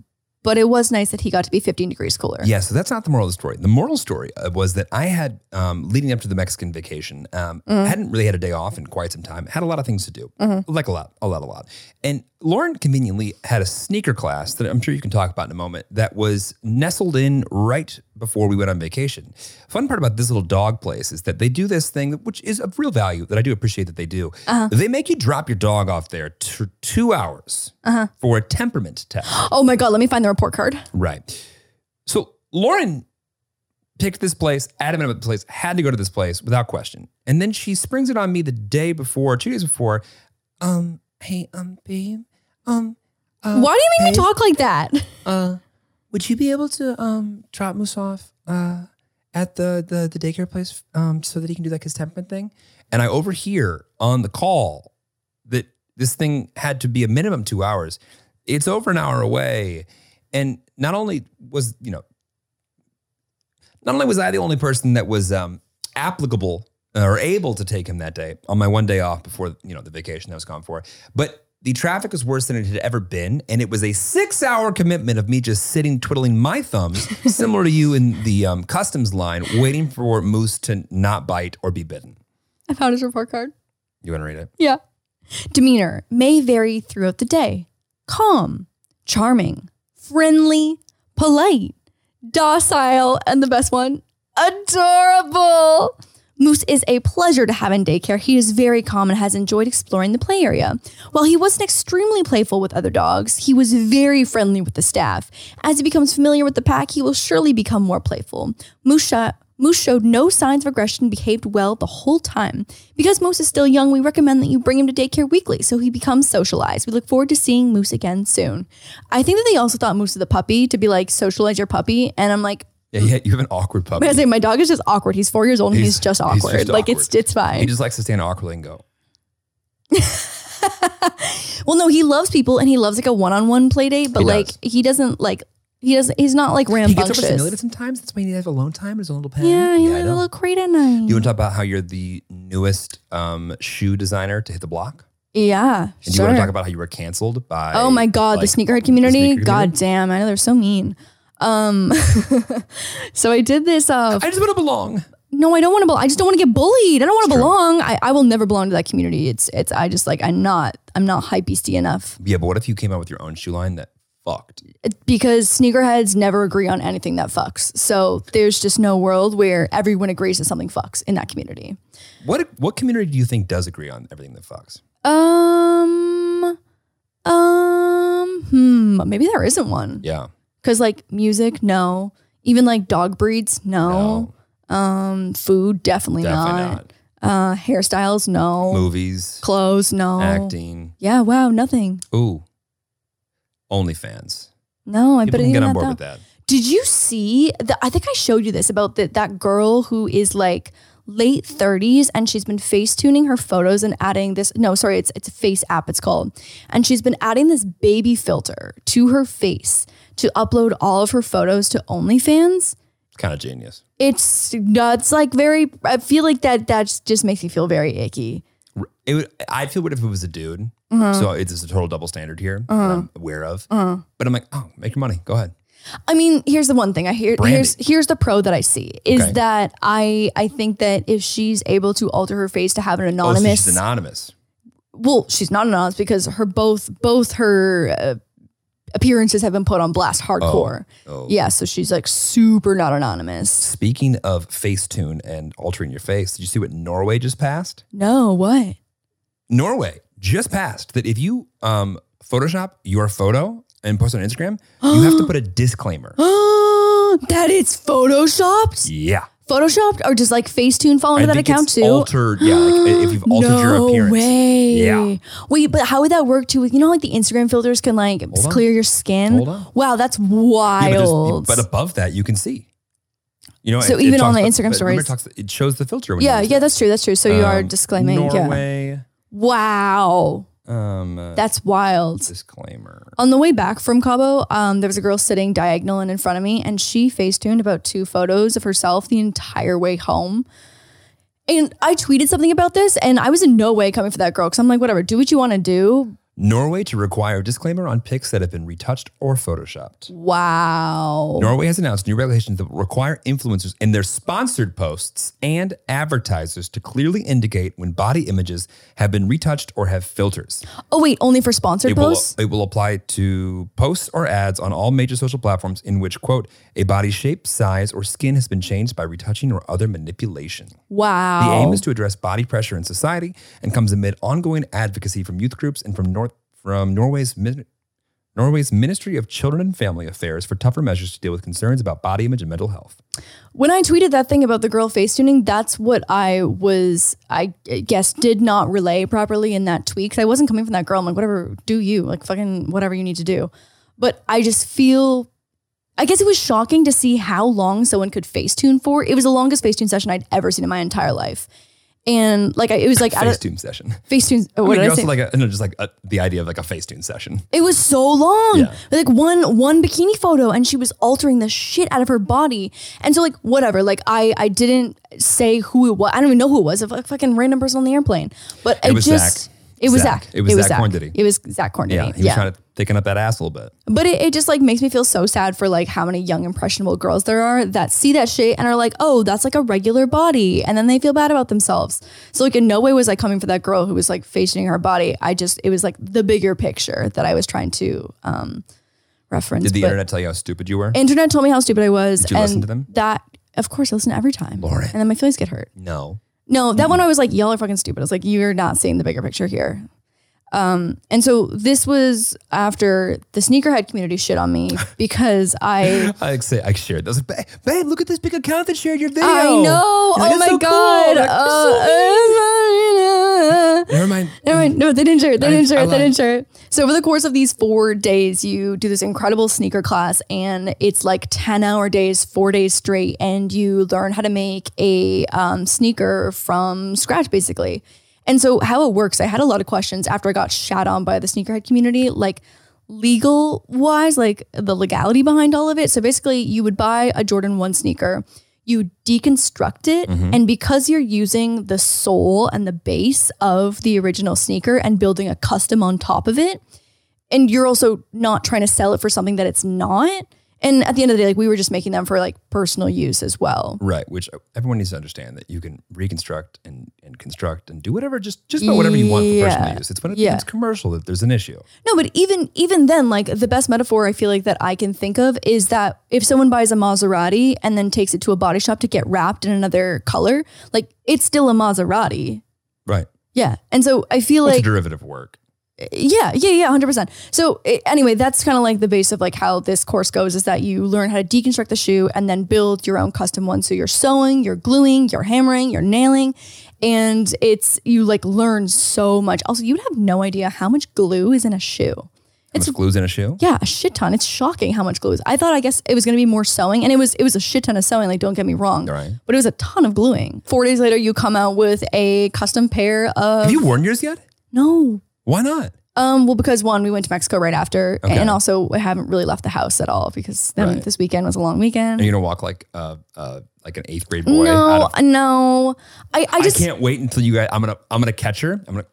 [SPEAKER 3] But it was nice that he got to be 15 degrees cooler.
[SPEAKER 1] Yeah, so that's not the moral of the story. The moral story uh, was that I had, um, leading up to the Mexican vacation, um, hadn't really had a day off in quite some time. Had a lot of things to do, like a lot, a lot, a lot. And Lauren conveniently had a sneaker class that I'm sure you can talk about in a moment. That was nestled in right before we went on vacation. Fun part about this little dog place is that they do this thing, which is of real value that I do appreciate that they do. They make you drop your dog off there for two hours for a temperament test.
[SPEAKER 3] Oh my God, let me find the report card.
[SPEAKER 1] Right. So Lauren picked this place, adamant about the place, had to go to this place without question. And then she springs it on me the day before, two days before. Um, hey, um, babe, um, uh,
[SPEAKER 3] Why do you make me
[SPEAKER 1] babe,
[SPEAKER 3] talk like that?
[SPEAKER 1] Uh, would you be able to um drop Moose off uh at the the the daycare place um so that he can do like his temperament thing? And I overhear on the call that this thing had to be a minimum two hours. It's over an hour away, and not only was you know, not only was I the only person that was um applicable uh, or able to take him that day on my one day off before you know the vacation I was gone for, but. The traffic was worse than it had ever been, and it was a six-hour commitment of me just sitting twiddling my thumbs, similar to you in the um, customs line, waiting for Moose to not bite or be bitten.
[SPEAKER 3] I found his report card.
[SPEAKER 1] You want to read it?
[SPEAKER 3] Yeah. Demeanor may vary throughout the day. Calm, charming, friendly, polite, docile, and the best one, adorable. Moose is a pleasure to have in daycare. He is very calm and has enjoyed exploring the play area. While he wasn't extremely playful with other dogs, he was very friendly with the staff. As he becomes familiar with the pack, he will surely become more playful. Moose, sho- Moose showed no signs of aggression and behaved well the whole time. Because Moose is still young, we recommend that you bring him to daycare weekly so he becomes socialized. We look forward to seeing Moose again soon. I think that they also thought Moose is a puppy to be like, socialize your puppy. And I'm like,
[SPEAKER 1] Yeah, yeah, you have an awkward puppy.
[SPEAKER 3] I say my dog is just awkward. He's four years old. and
[SPEAKER 1] He's-
[SPEAKER 3] He's, just
[SPEAKER 1] he's just
[SPEAKER 3] awkward. like it's
[SPEAKER 1] awkward.
[SPEAKER 3] it's
[SPEAKER 1] He
[SPEAKER 3] fine.
[SPEAKER 1] just likes to stand awkwardly and go.
[SPEAKER 3] well, no, he loves people and he loves like a one on one play date, but
[SPEAKER 1] He
[SPEAKER 3] like
[SPEAKER 1] does.
[SPEAKER 3] he doesn't like he doesn't. He's not like
[SPEAKER 1] He gets
[SPEAKER 3] rambunctious.
[SPEAKER 1] overstimulated sometimes. That's why he needs to have alone time in his own little pen.
[SPEAKER 3] yeah, he
[SPEAKER 1] I
[SPEAKER 3] has a
[SPEAKER 1] know.
[SPEAKER 3] little crate at night.
[SPEAKER 1] You want to talk about how you're the newest um, shoe designer to hit the block?
[SPEAKER 3] yeah,
[SPEAKER 1] And you
[SPEAKER 3] sure.
[SPEAKER 1] want to talk about how you were canceled by.
[SPEAKER 3] oh my god, the
[SPEAKER 1] like,
[SPEAKER 3] sneakerhead community.
[SPEAKER 1] sneaker
[SPEAKER 3] god
[SPEAKER 1] community?
[SPEAKER 3] damn, I know they're so mean. Um, so I did this. Uh,
[SPEAKER 1] I just want to belong.
[SPEAKER 3] no, I don't want to. Bel- I just don't want to get bullied. I don't want
[SPEAKER 1] It's
[SPEAKER 3] to
[SPEAKER 1] true.
[SPEAKER 3] belong. I, I will never belong to that community. It's it's. I just like I'm not. I'm not high beastie enough.
[SPEAKER 1] Yeah, but what if you came out with your own shoe line that fucked?
[SPEAKER 3] because sneakerheads never agree on anything that fucks. So there's just no world where everyone agrees that something fucks in that community.
[SPEAKER 1] What what community do you think does agree on everything that fucks?
[SPEAKER 3] Um, um, hmm, maybe there isn't one.
[SPEAKER 1] Yeah.
[SPEAKER 3] Cause like music, no. Even like dog breeds, no. Um, food, definitely,
[SPEAKER 1] definitely
[SPEAKER 3] not.
[SPEAKER 1] not.
[SPEAKER 3] Uh, hairstyles, no.
[SPEAKER 1] Movies,
[SPEAKER 3] Clothes, no.
[SPEAKER 1] acting.
[SPEAKER 3] Yeah, wow, nothing.
[SPEAKER 1] Ooh. OnlyFans.
[SPEAKER 3] No, I
[SPEAKER 1] People
[SPEAKER 3] bet
[SPEAKER 1] can
[SPEAKER 3] even
[SPEAKER 1] get on
[SPEAKER 3] not
[SPEAKER 1] board
[SPEAKER 3] that.
[SPEAKER 1] with that.
[SPEAKER 3] Did you see? The, I think I showed you this about that that girl who is like late 30s and she's been face tuning her photos and adding this no sorry it's it's a face app it's called and she's been adding this baby filter to her face to upload all of her photos to OnlyFans
[SPEAKER 1] It's kind of genius.
[SPEAKER 3] it's that's like very I feel like that that just makes me feel very icky
[SPEAKER 1] It would, I'd feel weird if it was a dude.
[SPEAKER 3] Uh-huh.
[SPEAKER 1] So it's just a total double standard here that I'm aware of. But I'm like, oh, make your money. Go ahead.
[SPEAKER 3] I mean, here's the one thing I hear.
[SPEAKER 1] Branding.
[SPEAKER 3] Here's here's the pro that I see is
[SPEAKER 1] Okay.
[SPEAKER 3] that I I think that if she's able to alter her face to have an
[SPEAKER 1] Oh, so
[SPEAKER 3] anonymous,
[SPEAKER 1] she's anonymous.
[SPEAKER 3] well, she's not anonymous because her both both her uh, appearances have been put on blast hardcore.
[SPEAKER 1] Oh.
[SPEAKER 3] Yeah, so she's like super not anonymous.
[SPEAKER 1] Speaking of Facetune and altering your face, did you see what Norway just passed?
[SPEAKER 3] No, what?
[SPEAKER 1] Norway just passed that if you um, Photoshop your photo and post it on Instagram, you have to put a disclaimer.
[SPEAKER 3] that it's photoshopped,
[SPEAKER 1] yeah.
[SPEAKER 3] photoshopped, or just like Facetune fall into Oh, that
[SPEAKER 1] think
[SPEAKER 3] account
[SPEAKER 1] it's
[SPEAKER 3] too.
[SPEAKER 1] Altered, yeah. Like if you've altered
[SPEAKER 3] no
[SPEAKER 1] your appearance.
[SPEAKER 3] Way.
[SPEAKER 1] Yeah.
[SPEAKER 3] Wait, but how would that work too? You know, like the Instagram filters can like
[SPEAKER 1] on.
[SPEAKER 3] clear your skin.
[SPEAKER 1] Hold on.
[SPEAKER 3] Wow, that's
[SPEAKER 1] Yeah, but, there's-
[SPEAKER 3] wild.
[SPEAKER 1] but above that, you can see. You know,
[SPEAKER 3] So
[SPEAKER 1] it- it
[SPEAKER 3] even on
[SPEAKER 1] talks
[SPEAKER 3] the
[SPEAKER 1] about-
[SPEAKER 3] Instagram
[SPEAKER 1] but remember
[SPEAKER 3] stories-
[SPEAKER 1] it, talks, it shows the filter. When you
[SPEAKER 3] yeah,
[SPEAKER 1] use
[SPEAKER 3] yeah,
[SPEAKER 1] it.
[SPEAKER 3] that's true. That's true. So you are
[SPEAKER 1] Um,
[SPEAKER 3] disclaiming. Yeah.
[SPEAKER 1] Norway.
[SPEAKER 3] Wow,
[SPEAKER 1] Um, uh,
[SPEAKER 3] that's wild.
[SPEAKER 1] disclaimer.
[SPEAKER 3] On the way back from Cabo, um, there was a girl sitting diagonal and in front of me, and she facetuned about two photos of herself the entire way home. And I tweeted something about this, and I was in no way coming for that girl because I'm like, whatever, do what you want to do.
[SPEAKER 1] Norway to require disclaimer on pics that have been retouched or photoshopped.
[SPEAKER 3] Wow.
[SPEAKER 1] Norway has announced new regulations that will require influencers in their sponsored posts and advertisers to clearly indicate when body images have been retouched or have filters.
[SPEAKER 3] Oh wait, only for sponsored
[SPEAKER 1] It will,
[SPEAKER 3] posts?
[SPEAKER 1] it will apply to posts or ads on all major social platforms in which, quote, a body's shape, size, or skin has been changed by retouching or other manipulation.
[SPEAKER 3] Wow.
[SPEAKER 1] The aim is to address body pressure in society and comes amid ongoing advocacy from youth groups and from North from Norway's min- Norway's Ministry of Children and Family Affairs for tougher measures to deal with concerns about body image and mental health.
[SPEAKER 3] when I tweeted that thing about the girl face tuning, that's what I was, I guess, did not relay properly in that tweet. 'Cause I wasn't coming from that girl. I'm like, whatever, do you, like, fucking whatever you need to do. But I just feel, I guess it was shocking to see how long someone could face tune for. It was the longest face tune session I'd ever seen in my entire life. And like, I, it was like, out of,
[SPEAKER 1] Facetune session.
[SPEAKER 3] face tunes, oh,
[SPEAKER 1] I mean,
[SPEAKER 3] what did
[SPEAKER 1] you
[SPEAKER 3] I
[SPEAKER 1] also
[SPEAKER 3] say?
[SPEAKER 1] like a, no, just like a, the idea of like a Facetune session.
[SPEAKER 3] It was so long.
[SPEAKER 1] Yeah.
[SPEAKER 3] Like one one bikini photo and she was altering the shit out of her body. And so like whatever, like I I didn't say who it was. I don't even know who it was. If a fucking random person on the airplane. But it,
[SPEAKER 1] was
[SPEAKER 3] just
[SPEAKER 1] Zach.
[SPEAKER 3] it was
[SPEAKER 1] Zach.
[SPEAKER 3] Zach.
[SPEAKER 1] It was Zach Cornity.
[SPEAKER 3] It was Zach Cornity.
[SPEAKER 1] Yeah,
[SPEAKER 3] Yeah.
[SPEAKER 1] he was trying to thicken up that ass a little bit.
[SPEAKER 3] But it, it just like makes me feel so sad for like how many young impressionable girls there are that see that shit and are like, oh, that's like a regular body. And then they feel bad about themselves. So like in no way was I coming for that girl who was like facing her body. I just it was like the bigger picture that I was trying to um reference.
[SPEAKER 1] Did the
[SPEAKER 3] But
[SPEAKER 1] internet tell you how stupid you were?
[SPEAKER 3] internet told me how stupid I was.
[SPEAKER 1] Did you
[SPEAKER 3] and
[SPEAKER 1] listen to them?
[SPEAKER 3] That of course I listen every time.
[SPEAKER 1] Lauren.
[SPEAKER 3] And then my feelings get hurt.
[SPEAKER 1] no.
[SPEAKER 3] No,
[SPEAKER 1] Mm-hmm.
[SPEAKER 3] that one I was like, y'all are fucking stupid. I was like, you're not seeing the bigger picture here. Um, and so this was after the sneakerhead community shit on me because I.
[SPEAKER 1] I say I shared those. Babe, babe, look at this big account that shared your video.
[SPEAKER 3] I know.
[SPEAKER 1] He's like, "It's
[SPEAKER 3] oh my
[SPEAKER 1] so cool."
[SPEAKER 3] god.
[SPEAKER 1] Like, "That's so
[SPEAKER 3] Uh,
[SPEAKER 1] neat." Never mind.
[SPEAKER 3] Never mind. No, they didn't share it. They
[SPEAKER 1] I-
[SPEAKER 3] didn't share
[SPEAKER 1] I
[SPEAKER 3] it. They
[SPEAKER 1] lied.
[SPEAKER 3] didn't share it. So over the course of these four days, you do this incredible sneaker class, and it's like ten hour days, four days straight, and you learn how to make a um, sneaker from scratch, basically. And so how it works, I had a lot of questions after I got shat on by the sneakerhead community, like legal wise, like the legality behind all of it. So basically, you would buy a Jordan One sneaker. You deconstruct it, and because you're using the sole and the base of the original sneaker and building a custom on top of it, and you're also not trying to sell it for something that it's not. And at the end of the day, like we were just making them for like personal use as well.
[SPEAKER 1] Right, which everyone needs to understand that you can reconstruct and, and construct and do whatever, just just about whatever you want for personal
[SPEAKER 3] Yeah.
[SPEAKER 1] use. It's when it
[SPEAKER 3] Yeah.
[SPEAKER 1] becomes commercial that there's an issue.
[SPEAKER 3] No, but even even then, like the best metaphor I feel like that I can think of is that if someone buys a Maserati and then takes it to a body shop to get wrapped in another color, like it's still a Maserati.
[SPEAKER 1] Right.
[SPEAKER 3] Yeah. And so I feel
[SPEAKER 1] It's a
[SPEAKER 3] like
[SPEAKER 1] derivative work.
[SPEAKER 3] yeah, yeah, yeah, hundred percent. So eh, anyway, that's kind of like the base of like how this course goes is that you learn how to deconstruct the shoe and then build your own custom one. So you're sewing, you're gluing, you're hammering, you're nailing, and it's you like learn so much. Also, you'd have no idea how much glue is in a shoe.
[SPEAKER 1] How much glue's in a shoe?
[SPEAKER 3] Yeah, a shit ton. It's shocking how much glue is. I thought I guess it was gonna be more sewing, and it was it was a shit ton of sewing. Like, don't get me wrong,
[SPEAKER 1] Right.
[SPEAKER 3] but it was a ton of gluing. Four days later, you come out with a custom pair of
[SPEAKER 1] Have you worn yours yet?
[SPEAKER 3] no.
[SPEAKER 1] Why not?
[SPEAKER 3] Um, well, because one, we went to Mexico right after,
[SPEAKER 1] Okay.
[SPEAKER 3] and also I haven't really left the house at all because then
[SPEAKER 1] Right.
[SPEAKER 3] this weekend was a long
[SPEAKER 1] Are you
[SPEAKER 3] weekend.
[SPEAKER 1] gonna walk like uh, uh like an eighth grade boy? out
[SPEAKER 3] No,
[SPEAKER 1] of-
[SPEAKER 3] no, I I
[SPEAKER 1] I,
[SPEAKER 3] just
[SPEAKER 1] can't wait until you guys. I'm gonna I'm gonna catch her. I'm gonna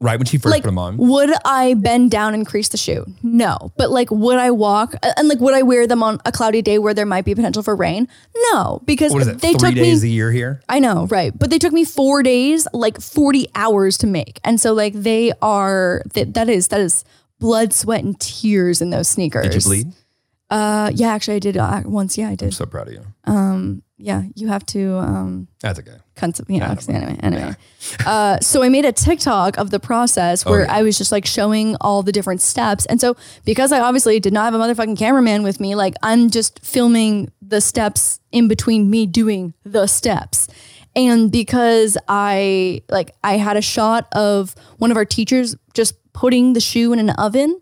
[SPEAKER 1] right when she first
[SPEAKER 3] like
[SPEAKER 1] put them on.
[SPEAKER 3] would I bend down and crease the shoe? No, but like would I walk uh, and like would I wear them on a cloudy day where there might be potential for rain? No, because
[SPEAKER 1] What is it?
[SPEAKER 3] they
[SPEAKER 1] three
[SPEAKER 3] took me
[SPEAKER 1] days a year here.
[SPEAKER 3] I know, right? But they took me four days, like forty hours to make, and so like they are that that is that is blood, sweat, and tears in those sneakers.
[SPEAKER 1] Did you bleed?
[SPEAKER 3] Uh, yeah, actually, I did uh, once. Yeah, I
[SPEAKER 1] I'm
[SPEAKER 3] did.
[SPEAKER 1] so proud of you.
[SPEAKER 3] Um, yeah, you have to um,
[SPEAKER 1] That's okay.
[SPEAKER 3] cons- you know, anyway, anyway. Uh, so I made a TikTok of the process where I was just like showing all the different steps. And so because I obviously did not have a motherfucking cameraman with me, like I'm just filming the steps in between me doing the steps. And because I like I had a shot of one of our teachers just putting the shoe in an oven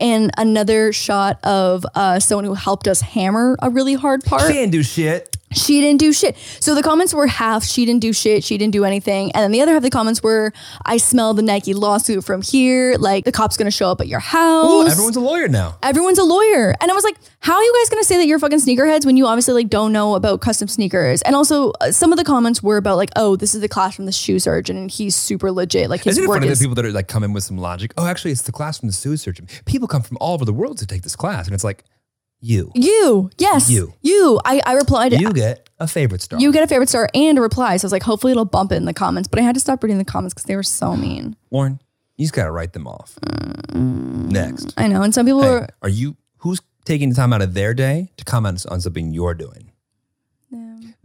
[SPEAKER 3] and another shot of uh, someone who helped us hammer a really hard part
[SPEAKER 1] She didn't do shit.
[SPEAKER 3] she didn't do shit. So the comments were half she didn't do shit, she didn't do anything. And then the other half of the comments were I smell the Nike lawsuit from here, like the cop's gonna show up at your
[SPEAKER 1] Ooh,
[SPEAKER 3] house.
[SPEAKER 1] everyone's a lawyer now.
[SPEAKER 3] Everyone's a lawyer. And I was like, how are you guys going to say that you're fucking sneakerheads when you obviously like don't know about custom sneakers? And also uh, some of the comments were about like, oh, this is the class from the shoe surgeon and he's super legit. Like his
[SPEAKER 1] Isn't it
[SPEAKER 3] work
[SPEAKER 1] funny
[SPEAKER 3] is
[SPEAKER 1] that people that are like come in with some logic? Oh, actually, it's the class from the Sue surgeon. People come from all over the world to take this class, and it's like you,
[SPEAKER 3] you. Yes.
[SPEAKER 1] You.
[SPEAKER 3] You. I, I replied.
[SPEAKER 1] you get a favorite star.
[SPEAKER 3] You get a favorite star and a reply. So I was like, hopefully it'll bump it in the comments. But I had to stop reading the comments because they were so mean.
[SPEAKER 1] Lauren. You just gotta write them off. Next,
[SPEAKER 3] I know. And some people
[SPEAKER 1] Hey,
[SPEAKER 3] were
[SPEAKER 1] are you? Who's taking the time out of their day to comment on something you're doing?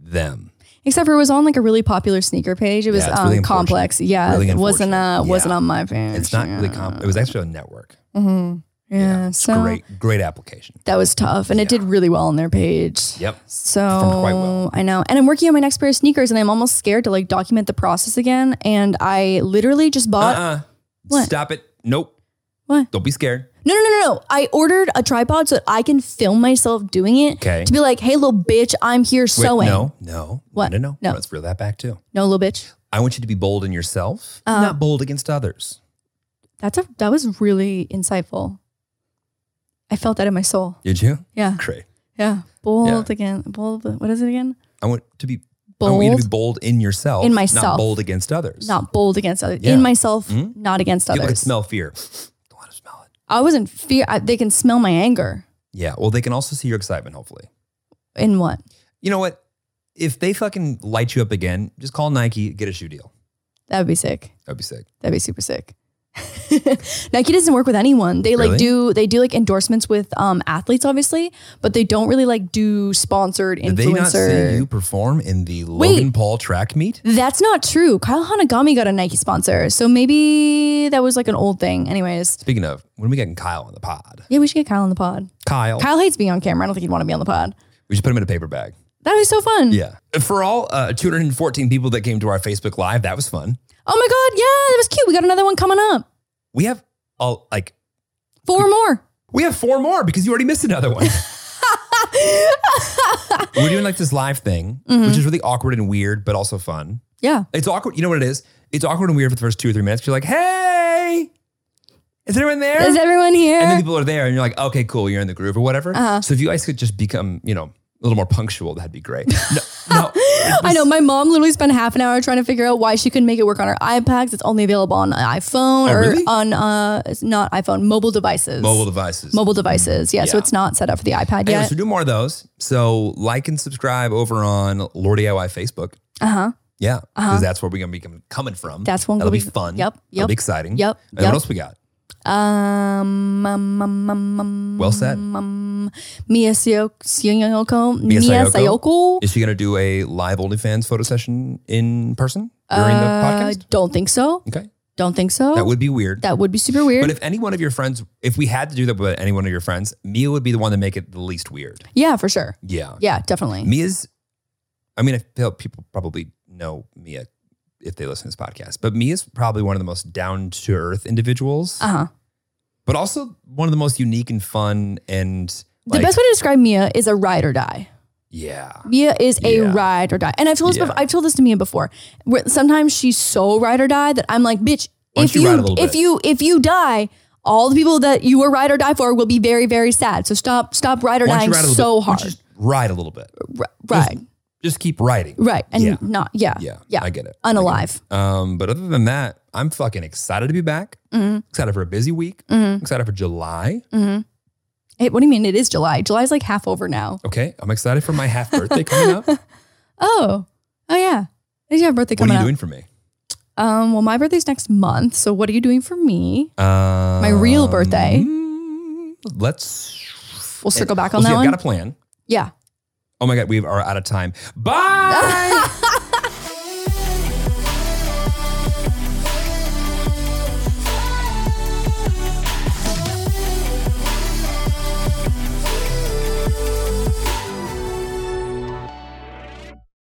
[SPEAKER 1] Them.
[SPEAKER 3] Except for it was on like a really popular sneaker page. It was
[SPEAKER 1] Yeah, it's
[SPEAKER 3] um,
[SPEAKER 1] really unfortunate.
[SPEAKER 3] complex. Yeah,
[SPEAKER 1] Really
[SPEAKER 3] it wasn't uh,
[SPEAKER 1] unfortunate.
[SPEAKER 3] wasn't
[SPEAKER 1] Yeah.
[SPEAKER 3] on my page.
[SPEAKER 1] It's not really
[SPEAKER 3] Yeah.
[SPEAKER 1] comp. It was actually a network.
[SPEAKER 3] Mhm. Yeah,
[SPEAKER 1] it's
[SPEAKER 3] so
[SPEAKER 1] great, great application.
[SPEAKER 3] that was tough, and it did really well on their page.
[SPEAKER 1] Yep.
[SPEAKER 3] So
[SPEAKER 1] Performed quite well.
[SPEAKER 3] I know, and I'm working on my next pair of sneakers, and I'm almost scared to like document the process again. And I literally just
[SPEAKER 1] Uh
[SPEAKER 3] bought
[SPEAKER 1] uh
[SPEAKER 3] What?
[SPEAKER 1] Stop it. Nope.
[SPEAKER 3] What?
[SPEAKER 1] Don't be scared.
[SPEAKER 3] no, no, no, no, no. I ordered a tripod so that I can film myself doing it
[SPEAKER 1] Okay.
[SPEAKER 3] to be like, hey, little bitch, I'm here
[SPEAKER 1] Wait,
[SPEAKER 3] sewing.
[SPEAKER 1] No, no.
[SPEAKER 3] What?
[SPEAKER 1] No, no,
[SPEAKER 3] No.
[SPEAKER 1] no. Let's reel that back too.
[SPEAKER 3] no, little bitch.
[SPEAKER 1] I want you to be bold in yourself,
[SPEAKER 3] Uh,
[SPEAKER 1] not bold against others.
[SPEAKER 3] That's a that was really insightful. I felt that in my soul.
[SPEAKER 1] Did you?
[SPEAKER 3] Yeah.
[SPEAKER 1] Great.
[SPEAKER 3] Yeah. Bold again. Bold. What is it again?
[SPEAKER 1] I want to be. I want you to
[SPEAKER 3] Bold.
[SPEAKER 1] be bold in yourself,
[SPEAKER 3] In myself.
[SPEAKER 1] not bold against others.
[SPEAKER 3] Not bold against others.
[SPEAKER 1] Yeah.
[SPEAKER 3] In myself,
[SPEAKER 1] Mhm.
[SPEAKER 3] not against
[SPEAKER 1] people can
[SPEAKER 3] others.
[SPEAKER 1] smell fear. Don't let them smell it.
[SPEAKER 3] I wasn't fear. I, they can smell my anger.
[SPEAKER 1] Yeah. Well, they can also see your excitement. Hopefully,
[SPEAKER 3] In what?
[SPEAKER 1] you know what? If they fucking light you up again, just call Nike, get a shoe deal.
[SPEAKER 3] That'd be sick.
[SPEAKER 1] That'd be sick.
[SPEAKER 3] That'd be super sick. Nike doesn't work with anyone. They like
[SPEAKER 1] Really?
[SPEAKER 3] do they do like endorsements with um athletes, obviously, but they don't really like do sponsored
[SPEAKER 1] Did they not see
[SPEAKER 3] influencer.
[SPEAKER 1] you perform in the
[SPEAKER 3] Wait.
[SPEAKER 1] Logan Paul track meet?
[SPEAKER 3] That's not true. Kyle Hanagami got a Nike sponsor, so maybe that was like an old thing. Anyways,
[SPEAKER 1] Speaking of, when are we getting Kyle on the pod?
[SPEAKER 3] yeah, we should get Kyle on the pod.
[SPEAKER 1] Kyle,
[SPEAKER 3] Kyle hates being on camera. I don't think he'd want to be on the pod.
[SPEAKER 1] we just put him in a paper bag.
[SPEAKER 3] That was so fun.
[SPEAKER 1] Yeah. For all uh, 214 people that came to our Facebook Live, that was fun.
[SPEAKER 3] Oh my god, yeah, that was cute. We got another one coming up.
[SPEAKER 1] We have all like
[SPEAKER 3] Four more.
[SPEAKER 1] we have four more because you already missed another one. We're doing like this live thing, which is really awkward and weird, but also fun.
[SPEAKER 3] Yeah.
[SPEAKER 1] It's awkward. You know what it is? It's awkward and weird for the first two or three minutes. You're like, hey, is anyone there?
[SPEAKER 3] Is everyone here?
[SPEAKER 1] and then people are there, and you're like, okay, cool, you're in the groove or whatever. So if you guys could just become, you know, a little more punctual, that'd be great. No, no,
[SPEAKER 3] I know my mom literally spent half an hour trying to figure out why she couldn't make it work on her iPads. It's only available on iPhone
[SPEAKER 1] Oh,
[SPEAKER 3] or
[SPEAKER 1] really?
[SPEAKER 3] on uh it's not iPhone, mobile devices.
[SPEAKER 1] mobile devices.
[SPEAKER 3] Mobile devices. Yeah, so
[SPEAKER 1] Yeah.
[SPEAKER 3] it's not set up for the iPad
[SPEAKER 1] Anyway,
[SPEAKER 3] yet.
[SPEAKER 1] so do more of those. So like and subscribe over on Lord DIY Facebook.
[SPEAKER 3] Uh huh.
[SPEAKER 1] Yeah, because that's where we're gonna be com- coming from.
[SPEAKER 3] Uh-huh. That's when
[SPEAKER 1] that'll
[SPEAKER 3] we-
[SPEAKER 1] be fun.
[SPEAKER 3] Yep,
[SPEAKER 1] that'll
[SPEAKER 3] yep,
[SPEAKER 1] be exciting.
[SPEAKER 3] yep,
[SPEAKER 1] And
[SPEAKER 3] yep.
[SPEAKER 1] what else we got?
[SPEAKER 3] Um, um, um, um, um,
[SPEAKER 1] Well said.
[SPEAKER 3] Um, Mia Sayoko.
[SPEAKER 1] Mia
[SPEAKER 3] Mia
[SPEAKER 1] Sayoko?
[SPEAKER 3] Sayoko.
[SPEAKER 1] Is she gonna do a live OnlyFans photo session in person during the
[SPEAKER 3] Uh,
[SPEAKER 1] podcast?
[SPEAKER 3] don't think so.
[SPEAKER 1] Okay,
[SPEAKER 3] Don't think so.
[SPEAKER 1] that would be weird.
[SPEAKER 3] that would be super weird.
[SPEAKER 1] but if any one of your friends, if we had to do that with any one of your friends, Mia would be the one to make it the least weird.
[SPEAKER 3] yeah, for sure.
[SPEAKER 1] Yeah,
[SPEAKER 3] Yeah, definitely.
[SPEAKER 1] Mia's. I mean, I feel people probably know Mia if they listen to this podcast, but Mia's probably one of the most down to earth individuals.
[SPEAKER 3] Uh huh.
[SPEAKER 1] but also one of the most unique and fun and
[SPEAKER 3] the
[SPEAKER 1] like,
[SPEAKER 3] best way to describe Mia is a ride or die.
[SPEAKER 1] yeah
[SPEAKER 3] Mia is a
[SPEAKER 1] Yeah.
[SPEAKER 3] ride or die, and I've told this
[SPEAKER 1] Yeah.
[SPEAKER 3] before, I've told this to Mia before. Where sometimes she's so ride or die that I'm like, bitch,
[SPEAKER 1] Why don't
[SPEAKER 3] if
[SPEAKER 1] you
[SPEAKER 3] you
[SPEAKER 1] ride a little
[SPEAKER 3] if
[SPEAKER 1] bit?"
[SPEAKER 3] you if you die, all the people that you were ride or die for will be very very sad. So stop stop ride or
[SPEAKER 1] Why don't you
[SPEAKER 3] dying
[SPEAKER 1] ride a little
[SPEAKER 3] so
[SPEAKER 1] bit? Why
[SPEAKER 3] hard.
[SPEAKER 1] don't you just ride a little bit
[SPEAKER 3] R- right,
[SPEAKER 1] just keep riding
[SPEAKER 3] right, and
[SPEAKER 1] Yeah.
[SPEAKER 3] not yeah
[SPEAKER 1] yeah
[SPEAKER 3] yeah
[SPEAKER 1] i get it I get
[SPEAKER 3] unalive.
[SPEAKER 1] it. um but other than that i'm fucking excited to be back
[SPEAKER 3] Mm-hmm,
[SPEAKER 1] excited for a busy week excited for july
[SPEAKER 3] Hey, what do you mean? It is July. July's like half over now.
[SPEAKER 1] okay i'm excited for my half birthday coming up what
[SPEAKER 3] Oh, oh yeah. I do have a birthday
[SPEAKER 1] are you
[SPEAKER 3] coming up.
[SPEAKER 1] doing for me
[SPEAKER 3] Um, well, my birthday's next month. So what are you doing for me?
[SPEAKER 1] um,
[SPEAKER 3] real birthday.
[SPEAKER 1] mm, let's
[SPEAKER 3] We'll circle back on
[SPEAKER 1] We'll see.
[SPEAKER 3] that
[SPEAKER 1] i've
[SPEAKER 3] one.
[SPEAKER 1] got a plan
[SPEAKER 3] Yeah.
[SPEAKER 1] oh my god we are out of time bye